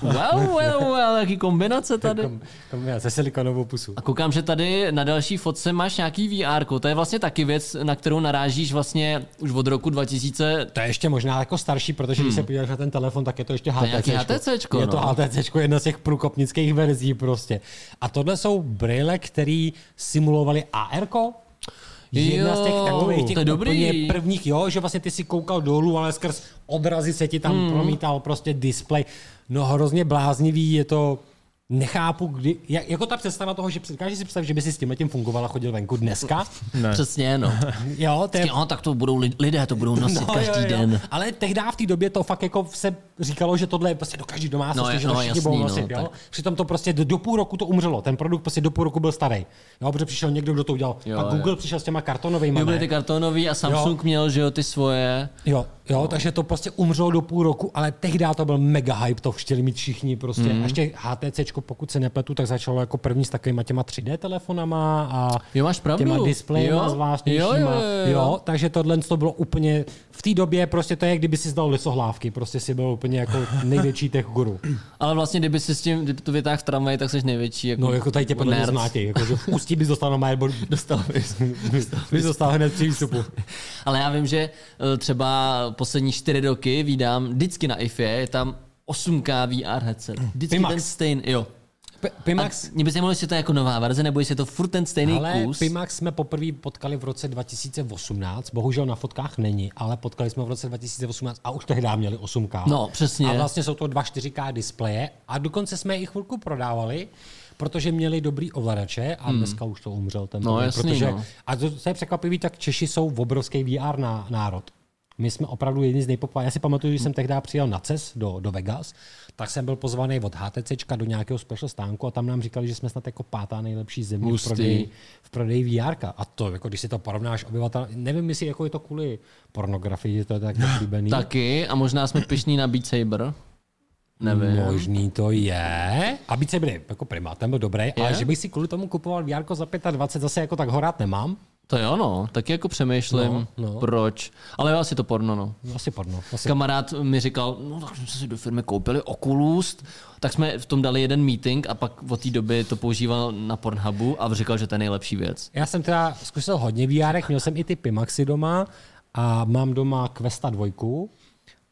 Speaker 1: Wow, wow, wow, jaký kombinace tady.
Speaker 2: Kom, kom, se silikonovou pusu.
Speaker 1: A koukám, že tady na další fotce máš nějaký VR, to je vlastně taky věc, na kterou narážíš vlastně už od roku 2000.
Speaker 2: To je ještě možná jako starší, protože když se podíváš na ten telefon, tak je to ještě
Speaker 1: Hmm. je
Speaker 2: HTC.
Speaker 1: nějaký HTCčko,
Speaker 2: Je to
Speaker 1: no.
Speaker 2: HTC, jedna z těch průkopnických verzí prostě. A tohle jsou brýle, které simulovaly AR. Jedna
Speaker 1: Jo,
Speaker 2: z těch takových těch
Speaker 1: to je dobrý.
Speaker 2: úplně prvních, jo, že vlastně ty si koukal dolů, ale skrz odrazy se ti tam
Speaker 1: Hmm.
Speaker 2: promítal prostě display. No hrozně bláznivý je to nechápu, kdy, jak, jako ta představa toho, že dokážeš si představit, že by si s tím tím fungoval a chodil
Speaker 1: (laughs)
Speaker 2: venku dneska.
Speaker 1: Ne. Přesně,
Speaker 2: (laughs)
Speaker 1: no.
Speaker 2: Jo, to je
Speaker 1: Jo, tak to budou li- lidé, to budou nosit no, každý jo, jo. den.
Speaker 2: Ale tehdy v té době to fakt jako se říkalo, že tohle je prostě do každé domácnosti,
Speaker 1: No,
Speaker 2: no, že
Speaker 1: no,
Speaker 2: to všichni
Speaker 1: jasný,
Speaker 2: budou
Speaker 1: no,
Speaker 2: nosit.
Speaker 1: tak.
Speaker 2: jo? Přitom to prostě do, do půl roku to umřelo. Ten produkt prostě do půl roku byl starý. Jo, protože přišel někdo, kdo to udělal.
Speaker 1: Jo,
Speaker 2: Jo, Pak
Speaker 1: jo.
Speaker 2: Google přišel s těma kartonovými.
Speaker 1: Jo, byly ty kartonový a Samsung jo. měl, že jo, ty svoje.
Speaker 2: Jo, jo, no. takže to prostě umřelo do půl roku, ale tehdy to byl mega hype, to chtěli mít všichni prostě.
Speaker 1: Mhm.
Speaker 2: Mm. A ještě HTC, pokud se nepletu, tak začalo jako první s takovýma těma 3D telefonama a
Speaker 1: Jo, máš pravdu.
Speaker 2: těma displejema
Speaker 1: Jo.
Speaker 2: zvláštnějšíma.
Speaker 1: Jo, jo, jo, jo.
Speaker 2: jo, takže tohle to bylo úplně, v té době prostě to je, kdyby si zdal lisohlávky, prostě si byl úplně
Speaker 1: (laughs)
Speaker 2: jako největší tech guru.
Speaker 1: Ale vlastně, kdyby si s tím, kdyby to vytáhl v tramvaji, tak jsi největší. Jako
Speaker 2: No jako tady tě podle mě
Speaker 1: nerd.
Speaker 2: zmlátěj, jako, že v ústí bys dostal na Majbo, dostal bys, bys dostal hned při výstupu.
Speaker 1: (laughs) Ale já vím, že eh, třeba poslední čtyři roky vídám vždycky na IFE, je tam 8K VR headset. Vždycky
Speaker 2: Pimax.
Speaker 1: ten stejný, jo.
Speaker 2: P-
Speaker 1: A
Speaker 2: Pimax
Speaker 1: mě by zajímalo, jestli to je jako nová verze, nebo jestli je to furt ten stejný
Speaker 2: Ale
Speaker 1: kus.
Speaker 2: Pimax jsme poprvé potkali v roce 2018, bohužel na fotkách není, ale potkali jsme ho v roce 2018 a už tehdy měli 8K.
Speaker 1: No, přesně.
Speaker 2: A vlastně jsou to dva 4K displeje a dokonce jsme je i chvilku prodávali, protože měli dobrý ovladače a dneska už to umřel ten
Speaker 1: Hmm. No,
Speaker 2: produkt,
Speaker 1: jasný,
Speaker 2: protože,
Speaker 1: no.
Speaker 2: A to, co je překvapivý, tak Češi jsou obrovský VR ná, národ. My jsme opravdu jedni z nejpopulárnějších. Já si pamatuju,
Speaker 1: Hmm.
Speaker 2: že jsem tehdy přijel na CES do, do Vegas, tak jsem byl pozvaný od HTC do nějakého special stánku a tam nám říkali, že jsme snad jako pátá nejlepší země v
Speaker 1: Hustý.
Speaker 2: prodeji, v prodeji VR. A to, jako, když si to porovnáš obyvatel, nevím, jestli jako je to kvůli pornografii, že to je tak
Speaker 1: No,
Speaker 2: oblíbený.
Speaker 1: Taky a možná jsme pišní na Beat Saber. Nevím.
Speaker 2: Možný to je. A být se byli jako primát, ten byl dobrý, je? ale že bych si kvůli tomu kupoval VR za 25, zase jako tak horát nemám.
Speaker 1: To jo, no. Taky jako přemýšlím,
Speaker 2: No, no.
Speaker 1: proč. Ale jo, asi to porno, no.
Speaker 2: No, Asi porno. Asi...
Speaker 1: Kamarád mi říkal, no tak jsme si do firmy koupili Oculus, tak jsme v tom dali jeden meeting a pak od té doby to používal na Pornhubu a říkal, že to je nejlepší věc.
Speaker 2: Já jsem teda zkusil hodně VR, měl jsem i ty Pimaxy doma a mám doma Questa 2.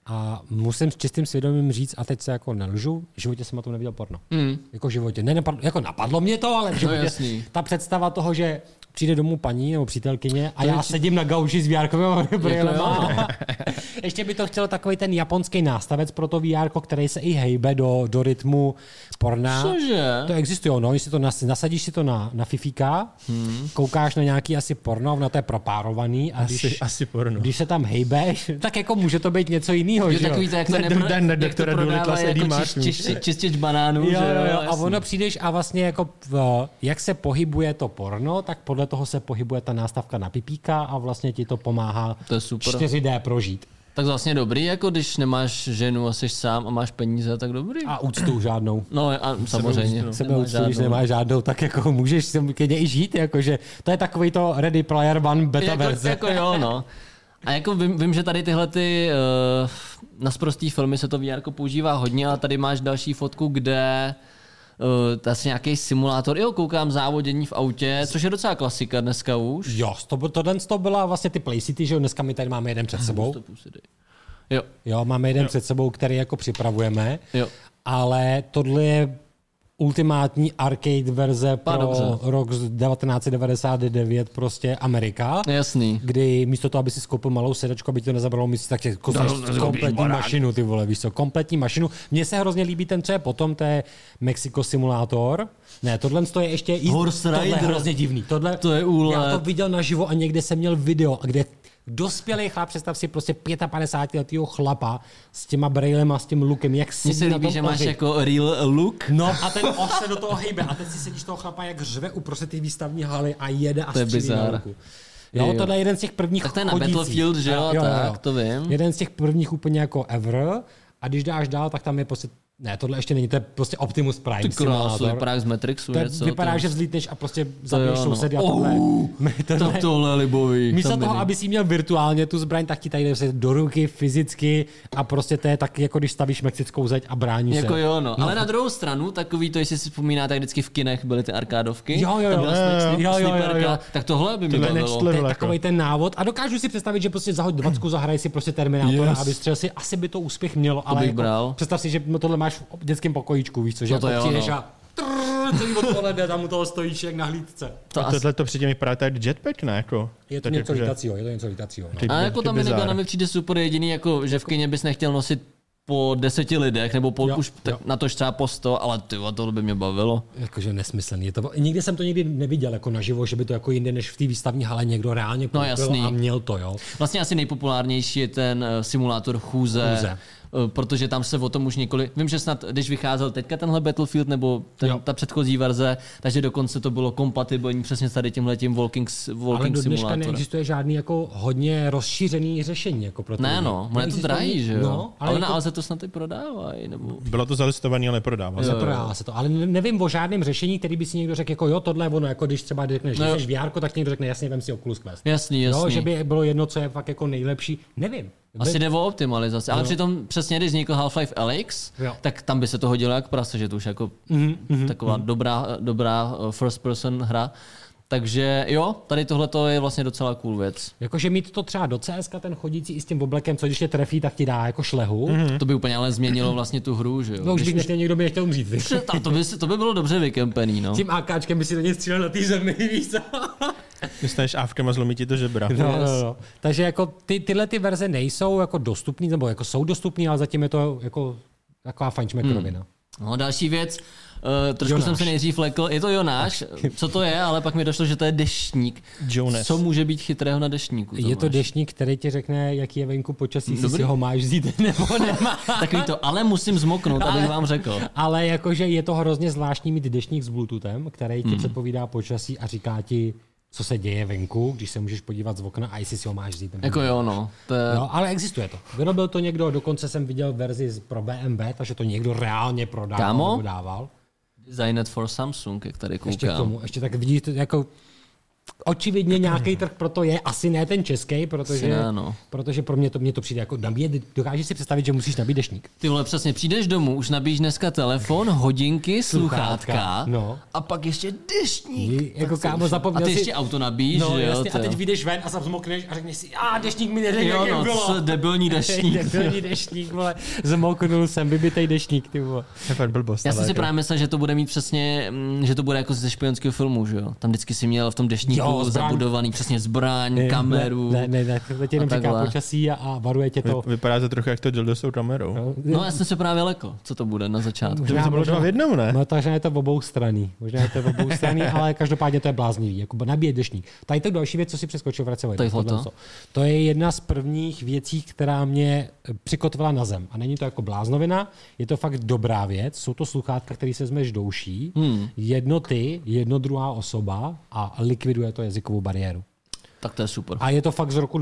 Speaker 2: A musím s čistým svědomím říct, a teď se jako nelžu, v životě jsem na tom neviděl porno. Mm. Jako v životě. Ne, napadlo, jako napadlo mě to, ale v životě,
Speaker 1: Hmm. No, jasný.
Speaker 2: ta představa toho, že přijde domů paní nebo přítelkyně a já sedím na gauči s VR-kovým
Speaker 1: jo, no.
Speaker 2: brýlema a (laughs) Ještě by to chtělo takový ten japonský nástavec pro to VR, který se i hejbe do, do rytmu porna.
Speaker 1: Cože?
Speaker 2: To existuje, no, když si to nas, nasadíš si to na, na fifíka, hmm. koukáš na nějaký asi porno, na to je propárovaný a
Speaker 3: Asi, no.
Speaker 2: když,
Speaker 3: asi porno.
Speaker 2: když se tam hejbeš, (laughs) tak jako může to být něco jiného,
Speaker 1: Jo,
Speaker 2: že jo?
Speaker 1: takový to, jak to
Speaker 3: Ne,
Speaker 1: nepro...
Speaker 3: den na
Speaker 1: jak to
Speaker 3: doktora
Speaker 1: prodávají
Speaker 3: Doolittla s Eddie
Speaker 1: jako čiš,
Speaker 3: Murphym.
Speaker 1: čiš, čiš, čistič banánů,
Speaker 2: Jo,
Speaker 1: že
Speaker 2: jo, jo. A
Speaker 1: jasný.
Speaker 2: ono přijdeš a vlastně jako v, jak se pohybuje to porno, tak podle toho se pohybuje ta nástavka na pipíka a vlastně ti to pomáhá
Speaker 1: To je super.
Speaker 2: 4D prožít.
Speaker 1: Tak vlastně dobrý, jako když nemáš ženu a jsi sám a máš peníze, tak dobrý.
Speaker 2: A úctu žádnou.
Speaker 1: No a samozřejmě.
Speaker 2: Sebe
Speaker 1: Nemáš
Speaker 2: úctu, když
Speaker 1: žádnou.
Speaker 2: nemáš žádnou, tak jako můžeš se klidně i žít. Jakože. To je takový to Ready Player One beta
Speaker 1: jako,
Speaker 2: verze.
Speaker 1: jako jo, no. A jako vím, vím že tady tyhle ty uh, nasprostý filmy se to VR používá hodně, ale tady máš další fotku, kde uh, asi nějaký simulátor, jo, koukám závodění v autě, což je docela klasika dneska už.
Speaker 2: Jo, to, tohle to byla vlastně ty Playcity, že jo, dneska my tady máme jeden před sebou.
Speaker 1: Stopů si dej. prostě. Jo,
Speaker 2: Jo, máme jeden před sebou, který jako připravujeme.
Speaker 1: jo.
Speaker 2: ale tohle je ultimátní arcade verze
Speaker 1: No,
Speaker 2: pro
Speaker 1: dobře.
Speaker 2: rok z 1999 prostě Amerika,
Speaker 1: Jasný.
Speaker 2: kdy místo toho, aby si skoupil malou sedačku, aby ti to nezabralo místo, tak tě kozneš kompletní mašinu, ty vole, víš co, kompletní mašinu. Mně se hrozně líbí ten, co je potom, to je Mexico Simulator. Ne, tohle to je ještě... i-
Speaker 1: Horse
Speaker 2: tohle je
Speaker 1: Rider.
Speaker 2: hrozně divný. Tohle,
Speaker 1: To je úlet.
Speaker 2: Já to viděl naživo a někde jsem měl video, kde dospělý chlap, představ si prostě 55-letého chlapa s těma brailema, s tím lukem, jak si
Speaker 1: Mně se líbí, že máš jako real look.
Speaker 2: No a ten os se do toho hejbe a teď si sedíš toho chlapa, jak řve uprostřed té výstavní haly a jede a
Speaker 1: To je
Speaker 2: střílí na
Speaker 1: bizár.
Speaker 2: ruku. No,
Speaker 1: Jo.
Speaker 2: tohle je jeden z těch prvních
Speaker 1: Tak to je na
Speaker 2: chodících.
Speaker 1: Battlefield, že jo? Tak, to vím.
Speaker 2: Jeden z těch prvních úplně jako ever. A když dáš dál, tak tam je prostě... Ne, tohle ještě není, to je prostě Optimus Prime
Speaker 1: Ty krásu,
Speaker 2: simulátor.
Speaker 1: vypadá jak z Matrixu
Speaker 2: to je-
Speaker 1: něco.
Speaker 2: vypadá,
Speaker 1: to-
Speaker 2: že vzlítneš a prostě zabiješ
Speaker 1: jo, no.
Speaker 2: sousedy a tohle.
Speaker 1: Oh,
Speaker 2: tohle-
Speaker 1: Tak tohle je libový.
Speaker 2: Místo
Speaker 1: tam
Speaker 2: toho,
Speaker 1: jde.
Speaker 2: aby si měl virtuálně tu zbraň, tak ti tady jde do ruky fyzicky a prostě to je taky jako když stavíš mexickou zeď a brání
Speaker 1: Jako
Speaker 2: se.
Speaker 1: jo, no. Ale na druhou stranu, takový to, jestli si vzpomínáte, jak vždycky v kinech byly ty arkádovky.
Speaker 2: Jo, jo,
Speaker 1: tam
Speaker 2: jo.
Speaker 1: byla
Speaker 2: Jo, jo,
Speaker 1: slip-
Speaker 2: jo, jo,
Speaker 1: sliperka,
Speaker 2: jo.
Speaker 1: Tak tohle by mi
Speaker 3: Tohle je
Speaker 1: bavilo.
Speaker 3: next level.
Speaker 2: To je
Speaker 3: jako.
Speaker 2: takový ten návod. A dokážu si představit, že prostě zahoď
Speaker 1: Hmm.
Speaker 2: dvacku, zahraj si prostě Terminátora yes.
Speaker 3: Yes.
Speaker 2: a vystřel si. Asi by to úspěch mělo, ale
Speaker 1: bych
Speaker 2: jako,
Speaker 1: bral.
Speaker 2: představ si, že tohle máš v dětském pokojíčku, víš co, že
Speaker 1: No to
Speaker 2: jako
Speaker 1: jo,
Speaker 2: přijdeš
Speaker 1: no.
Speaker 2: a trrr, celý odpoledne tam u toho stojíš jak na hlídce.
Speaker 1: To asi...
Speaker 3: Tohle to předtím vypadá tady jetpack, ne? Jako.
Speaker 2: Je to
Speaker 3: Tak
Speaker 2: něco
Speaker 3: jakože-
Speaker 2: lítacího, je to něco lítacího. No.
Speaker 3: ty-
Speaker 1: A jako
Speaker 3: ty
Speaker 1: ta
Speaker 3: bizár.
Speaker 1: minigana mi přijde super jediný, jako že v kyně bys nechtěl nosit po deseti lidech, nebo po,
Speaker 2: Jo,
Speaker 1: už
Speaker 2: jo.
Speaker 1: tak na to třeba po sto, ale ty, vole, tohle by mě bavilo.
Speaker 2: Jakože nesmyslný. Je to, nikdy jsem to nikdy neviděl jako naživo, že by to jako jinde než v té výstavní hale někdo reálně koupil
Speaker 1: No, jasný.
Speaker 2: a měl to, jo.
Speaker 1: Vlastně asi nejpopulárnější je ten eh, simulátor chůze,
Speaker 2: Chůze.
Speaker 1: chůze. protože tam se o tom už několik... Vím, že snad, když vycházel teďka tenhle Battlefield nebo ten, ta předchozí verze, takže dokonce to bylo kompatibilní přesně s tady tímhletím walking, s-
Speaker 2: Ale
Speaker 1: walking
Speaker 2: do dneška
Speaker 1: simulátorem.
Speaker 2: neexistuje žádný jako hodně rozšířený řešení. Jako pro to
Speaker 1: Ne
Speaker 2: lidi.
Speaker 1: no, ono je to
Speaker 2: Neexistuje-
Speaker 1: drahý, že jo?
Speaker 2: No,
Speaker 1: ale, ale na
Speaker 2: jako-
Speaker 1: Alze to snad i prodávají, nebo...
Speaker 3: Bylo to zalistované, ale neprodává
Speaker 1: Eh,
Speaker 3: se.
Speaker 2: Neprodává se to, ale ne- nevím o žádném řešení, který by si někdo řekl, jako jo, tohle je ono, jako když třeba řekneš, že
Speaker 1: No jo.
Speaker 2: jsi VR, tak někdo řekne, jasně, vem si Oculus Quest.
Speaker 1: Jasný, jasný.
Speaker 2: Jo, že by bylo jedno, co je fakt jako nejlepší, nevím.
Speaker 1: Asi jde o optimalizaci, ale přitom přesně, když vznikl Half-Life LX,
Speaker 2: Jo. Mhm,
Speaker 1: tak tam by se to hodilo jak prase, že to už jako mm-hmm. taková dobrá, dobrá eh, first person hra. Takže jo, tady tohle je vlastně docela cool věc.
Speaker 2: Jakože mít to třeba do CSK, ten chodící i s tím oblekem, co když tě trefí, tak ti dá jako šlehu. Mm-hmm.
Speaker 1: To by úplně ale změnilo vlastně tu hru, Mhm. že No. jo?
Speaker 2: No už bych nechtěl, někdo by nechtěl umřít.
Speaker 1: Že tam to, by, si- to by bylo dobře vykempený, no.
Speaker 2: Tím AKčkem by si do něj střílel na té zemi, (laughs) víš co?
Speaker 3: Dostaneš ávkem a zlomí ti to žebra.
Speaker 2: No, no, no. Takže jako ty, tyhle ty verze nejsou jako dostupný, nebo jako jsou dostupný, ale zatím je to jako taková fajnšmekrovina. Hmm.
Speaker 1: No další věc, uh, trošku
Speaker 2: Jonáš.
Speaker 1: jsem se nejdřív lekl, je to Jonáš, co to je, ale pak mi došlo, že to je deštník.
Speaker 3: Jonas.
Speaker 1: Co může být chytrého na deštníku?
Speaker 2: Je to
Speaker 1: Tomáš? (laughs)
Speaker 2: deštník, který ti řekne, jaký je venku počasí, jestli
Speaker 1: Dobrý.
Speaker 2: si ho máš vzít (laughs) nebo nemá.
Speaker 1: Takový to, ale musím zmoknout, abych vám řekl.
Speaker 2: Ale jakože je to hrozně zvláštní mít deštník s Bluetoothem, který
Speaker 1: Hmm.
Speaker 2: ti předpovídá počasí a říká ti, co se děje venku, když se můžeš podívat z okna a jestli si ho máš vzít nebo
Speaker 1: Jako
Speaker 2: ne.
Speaker 1: jo, no. To je,
Speaker 2: No, ale existuje to. Vyrobil to někdo, dokonce jsem viděl verzi z- pro BMW, takže to někdo reálně prodával.
Speaker 1: Kámo?
Speaker 2: nebo dával.
Speaker 1: Designed for Samsung, jak tady
Speaker 2: Ještě k
Speaker 1: koukám.
Speaker 2: tomu, ještě tak vidíš, to jako očividně nějaký trh proto je, asi ne ten český, protože,
Speaker 1: ne, no.
Speaker 2: protože pro mě to, mě to přijde jako nabíjet, dokážeš si představit, že musíš nabít dešník.
Speaker 1: Ty vole, přesně, přijdeš domů, už nabíjíš dneska telefon, hodinky,
Speaker 2: Sluchátka,
Speaker 1: sluchátka
Speaker 2: no.
Speaker 1: a pak ještě deštník.
Speaker 2: Jí, jako
Speaker 1: Tak co
Speaker 2: kámo,
Speaker 1: už?
Speaker 2: zapomněl
Speaker 1: A ty
Speaker 2: si-
Speaker 1: ještě auto nabíjíš,
Speaker 2: No,
Speaker 1: že jo?
Speaker 2: jasně, a
Speaker 1: to
Speaker 2: teď
Speaker 1: jo.
Speaker 2: vyjdeš ven a zamokneš a řekneš si, a dešník mi neřekl,
Speaker 1: Jo,
Speaker 2: jak
Speaker 1: no,
Speaker 2: bylo.
Speaker 1: co,
Speaker 2: (laughs)
Speaker 1: debilní deštník.
Speaker 2: Debilní deštník, vole. Zmoknul jsem, vybitej deštník, ty vole.
Speaker 3: To je blbost.
Speaker 1: Já jsem
Speaker 3: ale
Speaker 1: si
Speaker 3: jako-
Speaker 1: právě myslel, že to bude mít přesně, mm, že to bude jako ze špionského filmu, že jo? Tam vždycky si měl v tom deštníku techniku
Speaker 2: Jo, zbraň.
Speaker 1: zabudovaný, přesně zbraň, kameru.
Speaker 2: Ne, ne, ne, to ti jenom
Speaker 1: a
Speaker 2: říká
Speaker 1: takhle.
Speaker 2: počasí a, a varuje tě to.
Speaker 3: Vy, vypadá to trochu jak to dildo s tou kamerou. No.
Speaker 1: No já jsem se právě lekl, co to bude na začátku.
Speaker 3: To by to bylo dva v jednom, ne?
Speaker 2: No takže je to v obou straný. Možná je to v obou straný, ale každopádně to je bláznivý. Jako nabíje dešník. Tady to další věc, co si přeskočil v Hradce Vojta.
Speaker 1: To je foto.
Speaker 2: Tohle to. To je jedna z prvních věcí, která mě přikotvila na zem. A není to jako bláznovina, je to fakt dobrá věc. Jsou to sluchátka, které se zmeš douší. Hmm. Jedno ty, jedno druhá osoba a likviduje to jazykovou bariéru.
Speaker 1: Tak to je super.
Speaker 2: A je to fakt z roku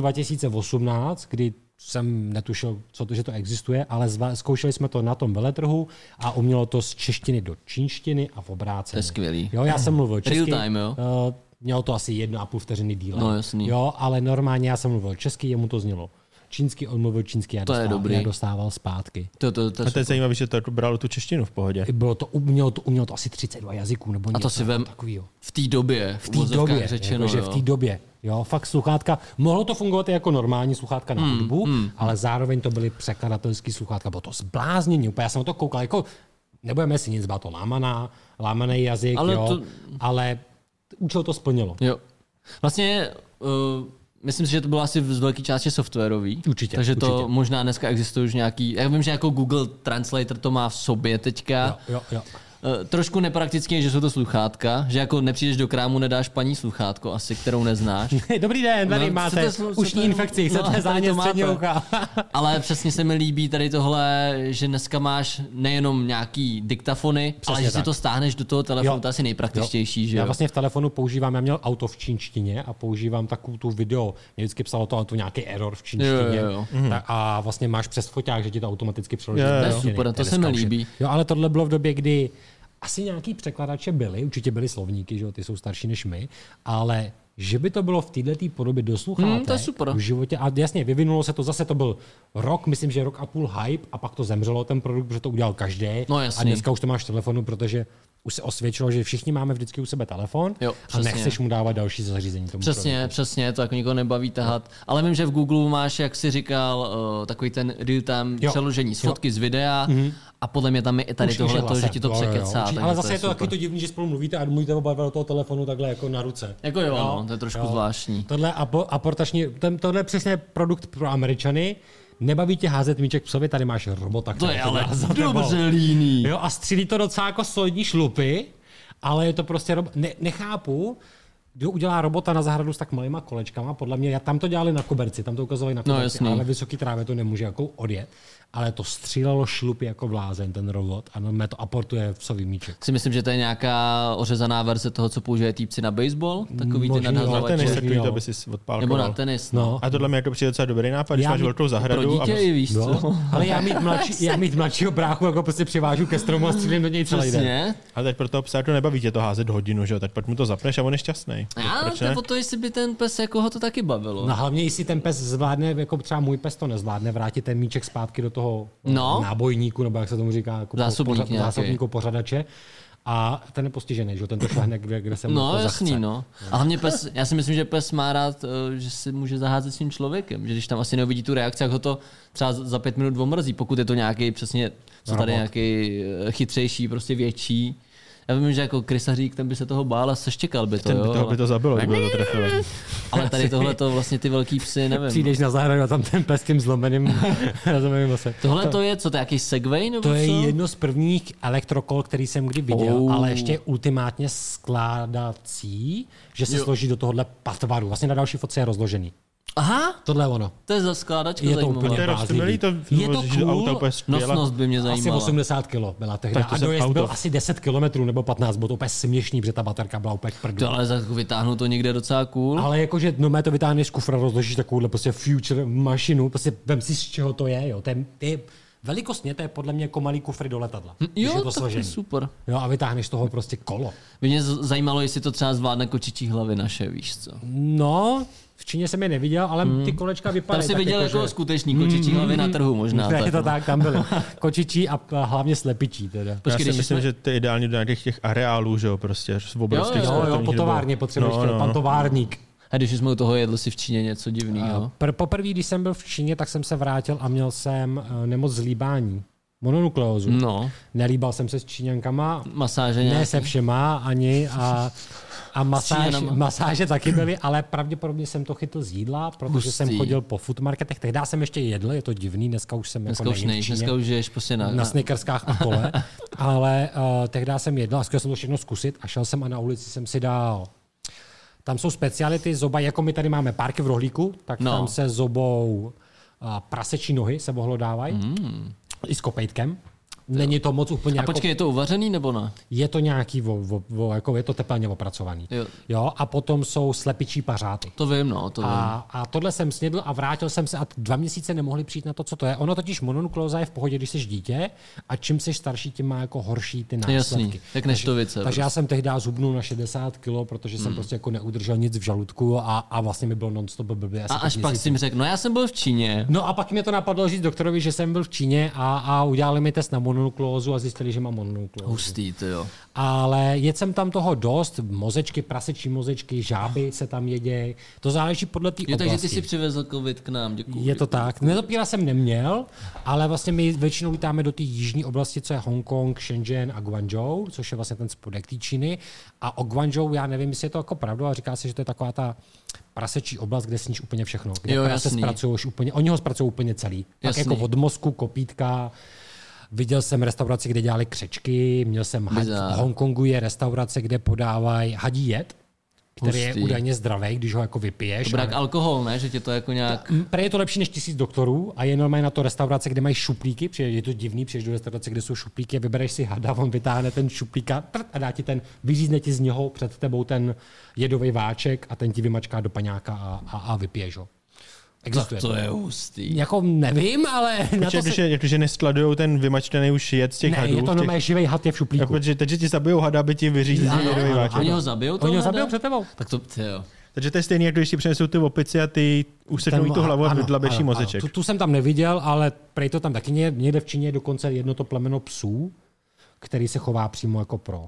Speaker 2: 2018, kdy jsem netušil, co to, že to existuje, ale zva, zkoušeli jsme to na tom veletrhu a umělo to z češtiny do čínštiny a v
Speaker 1: To je
Speaker 2: obráceně.
Speaker 1: skvělý.
Speaker 2: Jo, já jsem mluvil česky.
Speaker 1: Real time, jo?
Speaker 2: Uh, mělo to asi jedno a půl vteřiny díle.
Speaker 1: No, jasný.
Speaker 2: Jo, ale normálně já jsem mluvil česky, jemu to znělo čínsky, on mluvil čínsky, já,
Speaker 1: To je
Speaker 2: dostával,
Speaker 1: dobrý.
Speaker 2: já dostával zpátky.
Speaker 1: To, to, to,
Speaker 3: A
Speaker 1: to,
Speaker 3: to je zajímavé, že to jako bralo tu češtinu v pohodě.
Speaker 1: Jako
Speaker 2: Bylo to, umělo to, umělo to asi 32 jazyků nebo
Speaker 1: a to
Speaker 2: něco
Speaker 1: si vem
Speaker 2: takovýho.
Speaker 1: v té době, v
Speaker 2: té
Speaker 1: uvozovkách
Speaker 2: době,
Speaker 1: řečeno,
Speaker 2: jakože
Speaker 1: jo.
Speaker 2: v té době. Jo, fakt sluchátka. Mohlo to fungovat i jako normální sluchátka
Speaker 1: Hmm,
Speaker 2: na hudbu, ale zároveň to byly překladatelský sluchátka. Bylo to zbláznění. Úplně já jsem na to koukal, jako nebudeme si nic bát, to lámaná, lámaný jazyk, ale
Speaker 1: Ale
Speaker 2: jo, to...
Speaker 1: to-
Speaker 2: ale účel to splnilo.
Speaker 1: Jo. Vlastně uh, myslím si, že to bylo asi z velké části softwarový.
Speaker 2: Určitě,
Speaker 1: Takže to
Speaker 2: určitě.
Speaker 1: možná dneska existuje už nějaký, já vím, že jako Google Translator to má v sobě teďka.
Speaker 2: Jo, jo, jo. (laughs)
Speaker 1: Eh, trošku neprakticky je, že jsou to sluchátka, že jako nepřijdeš do krámu, nedáš paní sluchátko asi, kterou neznáš.
Speaker 2: Dobrý den, tady
Speaker 1: No,
Speaker 2: no, máte
Speaker 1: chcete slu-
Speaker 2: ušní
Speaker 1: chcete-
Speaker 2: infekci,
Speaker 1: no,
Speaker 2: chcete no,
Speaker 1: tady
Speaker 2: zánět
Speaker 1: to máte.
Speaker 2: středního ucha.
Speaker 1: Ale přesně se mi líbí tady tohle, že dneska máš nejenom nějaký diktafony, Přesně ale že tak. si
Speaker 2: tak.
Speaker 1: to stáhneš do toho telefonu,
Speaker 2: Jo.
Speaker 1: jo. to je asi nejpraktičtější, že
Speaker 2: Já
Speaker 1: jo?
Speaker 2: vlastně v telefonu používám, já měl auto v čínštině a používám takovou tu video. Mě vždycky psalo to auto nějaký error v čínštině.
Speaker 1: Jo, jo, jo.
Speaker 2: Tak a vlastně máš přes foťák, že ti to automaticky přeloží.
Speaker 3: Mhm. Jo,
Speaker 2: do
Speaker 3: jo, jo.
Speaker 2: češtiny.
Speaker 1: To je super, to
Speaker 2: je
Speaker 1: se mi
Speaker 2: dneska už-
Speaker 1: líbí.
Speaker 2: Jo, ale tohle bylo v době, kdy asi nějaký překladače byly, určitě byly slovníky, že jo, ty jsou starší než my, ale že by to bylo v této podobě do sluchátek,
Speaker 1: Hmm, to je super.
Speaker 2: v životě. A jasně, vyvinulo se to, zase to byl rok, myslím, že rok a půl hype a pak to zemřelo ten produkt, protože to udělal každý.
Speaker 1: No,
Speaker 2: a
Speaker 1: jasný.
Speaker 2: dneska už to máš v telefonu, protože už se osvědčilo, že všichni máme vždycky u sebe telefon
Speaker 1: Jo,
Speaker 2: a
Speaker 1: přesně.
Speaker 2: nechceš mu dávat další zařízení. Tomu
Speaker 1: Přesně,
Speaker 2: produktu.
Speaker 1: přesně, to jako nikoho nebaví tahat. Ale vím, že v Google máš, jak jsi říkal, eh, takový ten real time
Speaker 2: Jo.
Speaker 1: přeložení z
Speaker 2: Jo. Mhm.
Speaker 1: fotky z videa mm-hmm. a podle mě tam je i tady
Speaker 2: Už- už je
Speaker 1: tohle, to, že
Speaker 2: hlasem.
Speaker 1: ti to
Speaker 2: Jo, jo, jo,
Speaker 1: překecá.
Speaker 2: určitě.
Speaker 1: takže
Speaker 2: Ale zase je to
Speaker 1: super.
Speaker 2: taky to divný, že spolu mluvíte a mluvíte oba dva do toho telefonu takhle jako na ruce.
Speaker 1: Jako jo, no, to je trošku zvláštní.
Speaker 2: Tohle apo- aportační, ten, tohle je přesně produkt pro Američany. Nebaví tě házet míček psovi, tady máš robota,
Speaker 1: To
Speaker 2: který
Speaker 1: je
Speaker 2: to
Speaker 1: ale
Speaker 2: dělá za tebou.
Speaker 1: dobře líný.
Speaker 2: (laughs) Jo, a střílí to docela jako solidní šlupy, ale je to prostě, rob... ne, nechápu, kdo udělá robota na zahradu s tak malýma kolečkama, podle mě, já tam to dělali na koberci, tam to ukazovali na koberci,
Speaker 1: No, jasný.
Speaker 2: ale vysoký trávě to nemůže jako odjet, ale to střílelo šlupy jako blázen, ten robot, a normálně to aportuje v sový míček.
Speaker 1: Si myslím, že to je nějaká ořezaná verze toho, co používají týpci na baseball, takový ty
Speaker 2: Možný, jo.
Speaker 3: Na
Speaker 1: nadhazovače.
Speaker 2: Tenis,
Speaker 3: tenis takový
Speaker 2: jo.
Speaker 3: No, to by si
Speaker 1: Nebo na
Speaker 3: odpálkoval.
Speaker 1: tenis.
Speaker 2: No.
Speaker 3: A tohle mi jako přijde docela dobrý nápad, když
Speaker 2: Já
Speaker 3: máš
Speaker 2: mi-
Speaker 3: velkou
Speaker 1: Pro
Speaker 3: zahradu. a
Speaker 1: dítě i víš co?
Speaker 2: No, ale já mít,
Speaker 1: (laughs)
Speaker 2: mladší, já mít mladšího bráchu, jako prostě přivážu ke stromu a střílím do něj celý den.
Speaker 1: Přesně.
Speaker 3: A teď pro toho psa to nebaví tě to házet hodinu, že jo? Tak pak mu to zapneš a on je šťastný.
Speaker 1: A
Speaker 3: Proč
Speaker 1: to je
Speaker 3: ne?
Speaker 1: o to, jestli by ten pes jako ho to taky bavilo.
Speaker 2: No hlavně, jestli ten pes zvládne, jako třeba můj pes to nezvládne, vrátit ten míček zpátky do toho
Speaker 1: No.
Speaker 2: eh, nábojníku, nebo jak se tomu říká, jako po-
Speaker 1: Zásobník
Speaker 2: pořa-
Speaker 1: nějaký.
Speaker 2: zásobníku pořadače. A ten je postižený, že jo, ten to šlehne, kde, kde se mu
Speaker 1: No,
Speaker 2: to
Speaker 1: jasný,
Speaker 2: zachce.
Speaker 1: no. A hlavně pes, já si myslím, že pes má rád, eh, že si může zaházet s tím člověkem, že když tam asi neuvidí tu reakci, jak ho to třeba za pět minut omrzí, pokud je to nějaký přesně, co tady
Speaker 2: Robot.
Speaker 1: nějaký eh, chytřejší, prostě větší. Já vím, že jako krysařík, ten by se toho bál a seštěkal by to,
Speaker 3: Ten by
Speaker 1: jo,
Speaker 3: toho by
Speaker 1: ale,
Speaker 3: to zabilo, kdyby ho to trefilo.
Speaker 1: ale
Speaker 2: (laughs)
Speaker 1: tady tohle to vlastně ty velký psy, nevím.
Speaker 2: Přijdeš na zahradu a tam ten pes
Speaker 1: (laughs)
Speaker 2: tím zlomeným, zlomeným vosem.
Speaker 1: Tohle to je, co to je, jaký segway nebo
Speaker 2: To je
Speaker 1: co?
Speaker 2: jedno z prvních elektrokol, který jsem kdy viděl,
Speaker 1: Oh.
Speaker 2: ale ještě ultimátně skládací, že se složí do tohohle patvaru. Vlastně na další fotce je rozložený.
Speaker 1: Aha,
Speaker 2: Tohle je ono.
Speaker 1: to je za skládačka
Speaker 2: Je to
Speaker 1: zajímavá.
Speaker 2: úplně
Speaker 3: To je roztomilý, to
Speaker 2: Je to
Speaker 3: že
Speaker 2: cool,
Speaker 3: auto úplně skvěle.
Speaker 1: Nosnost by mě
Speaker 2: Asi
Speaker 1: zajímala.
Speaker 2: 80 kg byla tehdy.
Speaker 3: Tak to
Speaker 2: A
Speaker 3: jsem
Speaker 2: dojezd
Speaker 3: auto.
Speaker 2: byl asi 10 km nebo 15, bylo to úplně směšný, protože ta baterka byla úplně k prdu.
Speaker 1: To ale za vytáhnu to někde docela cool.
Speaker 2: Ale jakože no, mé to vytáhneš z kufra, rozložíš takovouhle prostě future mašinu, prostě vem si z čeho to je, jo. To je, to je velikostně to je podle mě jako malý kufry do letadla. když
Speaker 1: jo,
Speaker 2: je
Speaker 1: to
Speaker 2: Hm, to
Speaker 1: tak to je
Speaker 2: složený.
Speaker 1: super.
Speaker 2: Jo, a vytáhneš z toho prostě kolo.
Speaker 1: By mě z- zajímalo, jestli to třeba zvládne kočičí hlavy naše, víš co.
Speaker 2: No, v Číně jsem je neviděl, ale hmm. ty kolečka
Speaker 1: Tam
Speaker 2: vypadají.
Speaker 1: jsi
Speaker 2: tak
Speaker 1: viděl
Speaker 2: jako,
Speaker 1: jako,
Speaker 2: že-
Speaker 1: skutečný kočičí hlavy na trhu možná.
Speaker 2: Ne,
Speaker 1: tak,
Speaker 2: je to
Speaker 1: no.
Speaker 2: tak, tam byly. Kočičí a a hlavně slepičí teda.
Speaker 3: Já
Speaker 1: Počkej,
Speaker 3: si
Speaker 1: když
Speaker 3: myslím,
Speaker 1: jsme...
Speaker 3: že to je ideální do nějakých těch areálů, že jo, prostě z obrovských
Speaker 1: Jo,
Speaker 2: Jo, jo,
Speaker 3: sportovních
Speaker 2: po
Speaker 3: dvou.
Speaker 2: továrně potřebuješ
Speaker 3: No,
Speaker 2: no,
Speaker 3: no,
Speaker 2: pan
Speaker 3: no.
Speaker 2: továrník.
Speaker 1: A když jsme u toho jedli si v Číně něco divného.
Speaker 2: Pr- poprvé, když jsem byl v Číně, tak jsem se vrátil a měl jsem eh, nemoc zlíbání. mononukleózu.
Speaker 1: No,
Speaker 2: Nelíbal jsem se s Číňankama,
Speaker 1: masáže
Speaker 2: ne
Speaker 1: nějaký.
Speaker 2: se všema ani a,
Speaker 1: (laughs)
Speaker 2: a masáž,
Speaker 1: Číňanama.
Speaker 2: masáže taky byly, ale pravděpodobně jsem to chytl z jídla, protože
Speaker 1: Hustý.
Speaker 2: jsem chodil po foodmarketech. Tehdy jsem ještě jedl, je to divný, dneska už jsem
Speaker 1: Dneska
Speaker 2: jako
Speaker 1: už
Speaker 2: není v
Speaker 1: nejš,
Speaker 2: Číně
Speaker 1: dneska už ješ prostě na...
Speaker 2: na
Speaker 1: na
Speaker 2: snickerskách a kole,
Speaker 1: (laughs)
Speaker 2: ale uh, tehdy jsem jedl a chtěl jsem to všechno zkusit a šel jsem a na ulici jsem si dal tam jsou speciality zoba, jako my tady máme párky v rohlíku, tak
Speaker 1: No.
Speaker 2: no. tam se zobou uh, prasečí nohy se mohlo dávají. Mm. I s kopejtkem. Není to moc úplně
Speaker 1: a
Speaker 2: jako
Speaker 1: počkej, je to uvařený nebo ne?
Speaker 2: je to nějaký, vo, vo, vo, jako je to tepelně opracovaný.
Speaker 1: Jo.
Speaker 2: jo. a potom jsou slepičí pařáty.
Speaker 1: To vím, no, to vím.
Speaker 2: A, a tohle jsem snědl a vrátil jsem se a dva měsíce nemohli přijít na to, co to je. Ono totiž mononukleóza je v pohodě, když jsi dítě a čím jsi starší, tím má jako horší ty následky.
Speaker 1: Jasný, jak neštovice.
Speaker 2: Takže já jsem tehdy zubnul na 60 kg, protože
Speaker 1: Hmm.
Speaker 2: jsem prostě jako neudržel nic v žaludku a, a vlastně mi bylo non-stop blbě. asi
Speaker 1: A
Speaker 2: pět
Speaker 1: až pak
Speaker 2: měsíců.
Speaker 1: jsi jim řekl, no já jsem byl v Číně.
Speaker 2: No a pak mě to napadlo říct doktorovi, že jsem byl v Číně a, a udělali mi test na mononukleózu a zjistili, že mám mononukleózu.
Speaker 1: Hustý, to jo.
Speaker 2: Ale jed jsem tam toho dost, mozečky, prasečí mozečky, žáby se tam jeděj. To záleží podle té
Speaker 1: Jo, takže ty
Speaker 2: oblasti.
Speaker 1: si přivezl covid k nám, děkuji.
Speaker 2: Je to tak. Netopíra jsem neměl, ale vlastně my většinou lítáme do té jižní oblasti, co je Hongkong, Shenzhen a Guangzhou, což je vlastně ten spodek té Číny. A o Guangzhou já nevím, jestli je to jako pravda, ale říká se, že to je taková ta prasečí oblast, kde sníš úplně všechno. Kde
Speaker 1: Jo,
Speaker 2: prase
Speaker 1: jasný.
Speaker 2: zpracuješ úplně, oni ho zpracují úplně celý. Tak
Speaker 1: Jasný.
Speaker 2: jako od mozku, kopítka, Viděl jsem restauraci, kde dělali křečky, měl jsem had,
Speaker 1: Bizár.
Speaker 2: v Hongkongu je restaurace, kde podávají hadí jed, který je
Speaker 1: Hustý.
Speaker 2: údajně zdravý, když ho jako vypiješ.
Speaker 1: Brak
Speaker 2: a-
Speaker 1: alkohol, ne? Že tě to jako nějak...
Speaker 2: Mm, Prej je to lepší než tisíc doktorů a je normálně na to restaurace, kde mají šuplíky, přijde, je to divný, přijdeš do restaurace, kde jsou šuplíky a vybereš si hada, on vytáhne ten šuplíka prrt, a dá ti ten, vyřízne ti z něho před tebou ten jedový váček a ten ti vymačká do paňáka a, a, a vypiješ ho. Existuje.
Speaker 1: To je hustý.
Speaker 2: Jako nevím, ale na
Speaker 3: Protože
Speaker 2: to
Speaker 3: když,
Speaker 2: se...
Speaker 3: je, jako, že neskladují ten vymačtený už jed z těch
Speaker 2: Ne, je
Speaker 3: hadů.
Speaker 2: to
Speaker 3: v těch,
Speaker 2: normálně živý had je v
Speaker 3: jako,
Speaker 2: šuplíku.
Speaker 3: protože, takže ti zabijou hada, aby ti vyřízli
Speaker 1: Ano,
Speaker 3: ten
Speaker 1: ano,
Speaker 3: váček.
Speaker 1: Oni ho zabijou toho
Speaker 2: Oni ho
Speaker 1: hada?
Speaker 2: zabijou před tebou.
Speaker 1: Tak to, ty jo.
Speaker 3: Takže to je stejný, jako když si přinesou ty opici a ty useknou tu hlavu a vydlaběší mozeček.
Speaker 2: Tu, tu jsem tam neviděl, ale prej to tam taky ně- někde v Číně je dokonce jedno to plemeno psů, který se chová přímo jako pro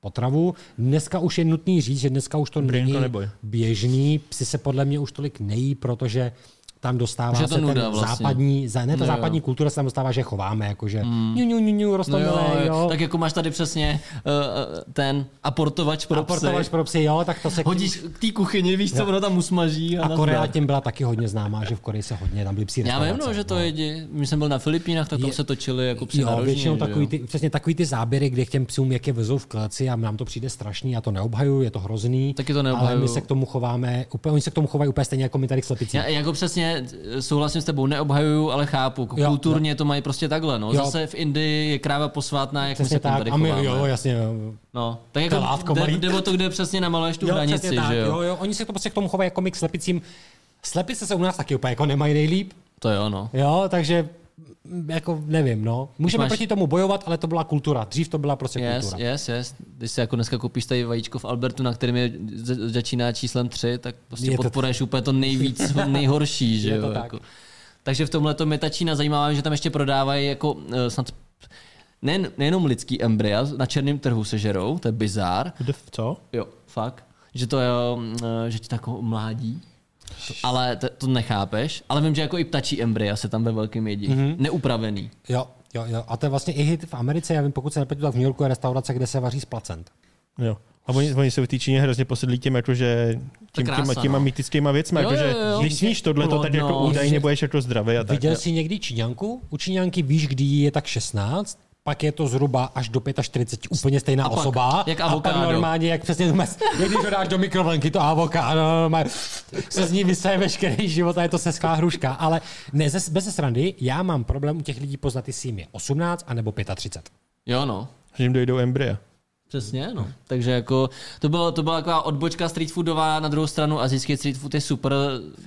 Speaker 2: potravu. Dneska už je nutný říct, že dneska už to není
Speaker 3: neboj.
Speaker 2: běžný. Psi se podle mě už tolik nejí, protože tam dostává
Speaker 1: Že je to
Speaker 2: se ten
Speaker 1: nuda vlastně.
Speaker 2: západní, za- ne, ta
Speaker 1: Jo, jo.
Speaker 2: západní kultura se tam dostává, že chováme, jakože mm. ňu, ňu, ňu, ňu,
Speaker 1: No jo,
Speaker 2: rostomilé,
Speaker 1: jo.
Speaker 2: jo.
Speaker 1: Tak jako máš tady přesně uh, uh, ten aportovač pro
Speaker 2: Aportovač
Speaker 1: psy.
Speaker 2: pro psy, jo, tak to se...
Speaker 1: Hodíš k té kuchyni, víš, co ono tam usmaží. A,
Speaker 2: A
Speaker 1: nazdar.
Speaker 2: Korea tím byla taky hodně známá, že v Koreji se hodně, tam byly psí
Speaker 1: Já vím, no,
Speaker 2: restaurace,
Speaker 1: že to jedí. Když jsem byl na Filipínách, tak tam
Speaker 2: Je-
Speaker 1: se točili jako psi na
Speaker 2: Jo,
Speaker 1: rožně,
Speaker 2: většinou
Speaker 1: že jo.
Speaker 2: takový ty, přesně takový ty záběry, kde k těm psům jak je vezou v kleci a nám to přijde strašný, já to neobhaju, je to hrozný.
Speaker 1: Taky to neobhajuju.
Speaker 2: Ale my se k tomu chováme, úplně, oni se k tomu chovají úplně stejně jako my tady k slepicím.
Speaker 1: Já jako přesně souhlasím s tebou, neobhajuju, ale chápu. Jako
Speaker 2: Jo,
Speaker 1: Kulturně to mají prostě takhle. No.
Speaker 2: Jo.
Speaker 1: Zase v Indii je kráva posvátná, jak my
Speaker 2: Přesně
Speaker 1: se tam tady
Speaker 2: tak. A my,
Speaker 1: chováme.
Speaker 2: jo, jasně. jo.
Speaker 1: No, tak
Speaker 2: Ta látko
Speaker 1: jako jde,
Speaker 2: malý.
Speaker 1: jde o to, kde přesně namaluješ tu hranici,
Speaker 2: přesně tak,
Speaker 1: že jo?
Speaker 2: jo, jo. Oni se to prostě k tomu chovají jako my k slepicím. Slepice se u nás taky úplně jako nemají nejlíp,
Speaker 1: To jo, no.
Speaker 2: jo, takže mm, jako nevím, no. Můžeme
Speaker 1: máš-
Speaker 2: proti tomu bojovat, ale to byla kultura. Dřív to byla prostě
Speaker 1: Yes,
Speaker 2: kultura.
Speaker 1: yes, yes. Když si jako dneska koupíš tady vajíčko v Albertu, na kterém je za- začíná číslem 3, tak prostě
Speaker 2: Je to
Speaker 1: podporuješ úplně to
Speaker 2: (laughs)
Speaker 1: nejvíc, nejhorší, že
Speaker 2: Je to
Speaker 1: jo?
Speaker 2: tak.
Speaker 1: Jako. Takže v tomhle je ta Čína zajímavá, že tam ještě prodávají jako eh, snad nejen, nejenom lidský embrya, na černém trhu se žerou, to je bizár.
Speaker 3: Kde- Co?
Speaker 1: Jo, fakt. Že to je, eh, že ti tak mládí. Ale to, to nechápeš. Ale vím, že jako i ptačí embrya se tam ve velkém jedí.
Speaker 2: Mhm.
Speaker 1: Mm-hmm. Neupravený.
Speaker 2: Jo, jo, jo. A to je vlastně i hit v Americe, já vím, pokud se nepletu, tak v New Yorku je restaurace, kde se vaří z placent.
Speaker 3: Jo. A oni, oni se v té Číně hrozně posedlí tím, jakože tím,
Speaker 1: krása,
Speaker 3: těma, těma
Speaker 1: no.
Speaker 3: mýtickýma věcma,
Speaker 1: Jo,
Speaker 3: jakože
Speaker 1: jo, jo. No,
Speaker 3: když sníš tohle, tak jako
Speaker 1: Plodnost.
Speaker 3: údajně budeš jako zdravý a tak.
Speaker 2: Viděl jsi někdy Číňanku? U Číňanky víš, kdy jí je tak 16, pak je to zhruba až do 45 úplně stejná
Speaker 1: A pak,
Speaker 2: osoba.
Speaker 1: jak
Speaker 2: a pak
Speaker 1: avokádo.
Speaker 2: normálně, jak přesně mes, jak když ho dáš do mikrovlnky, to avokádo, normálně se z ní vysaje veškerý život a je to sesklá hruška. Ale ne, ze, bez srandy, já mám problém u těch lidí poznat, jestli jim je 18 anebo 35.
Speaker 1: Jo, no.
Speaker 3: Že jim dojdou embrya.
Speaker 1: Přesně, no. Takže jako to, bylo, to byla taková odbočka street foodová, na druhou stranu azijský street food je super.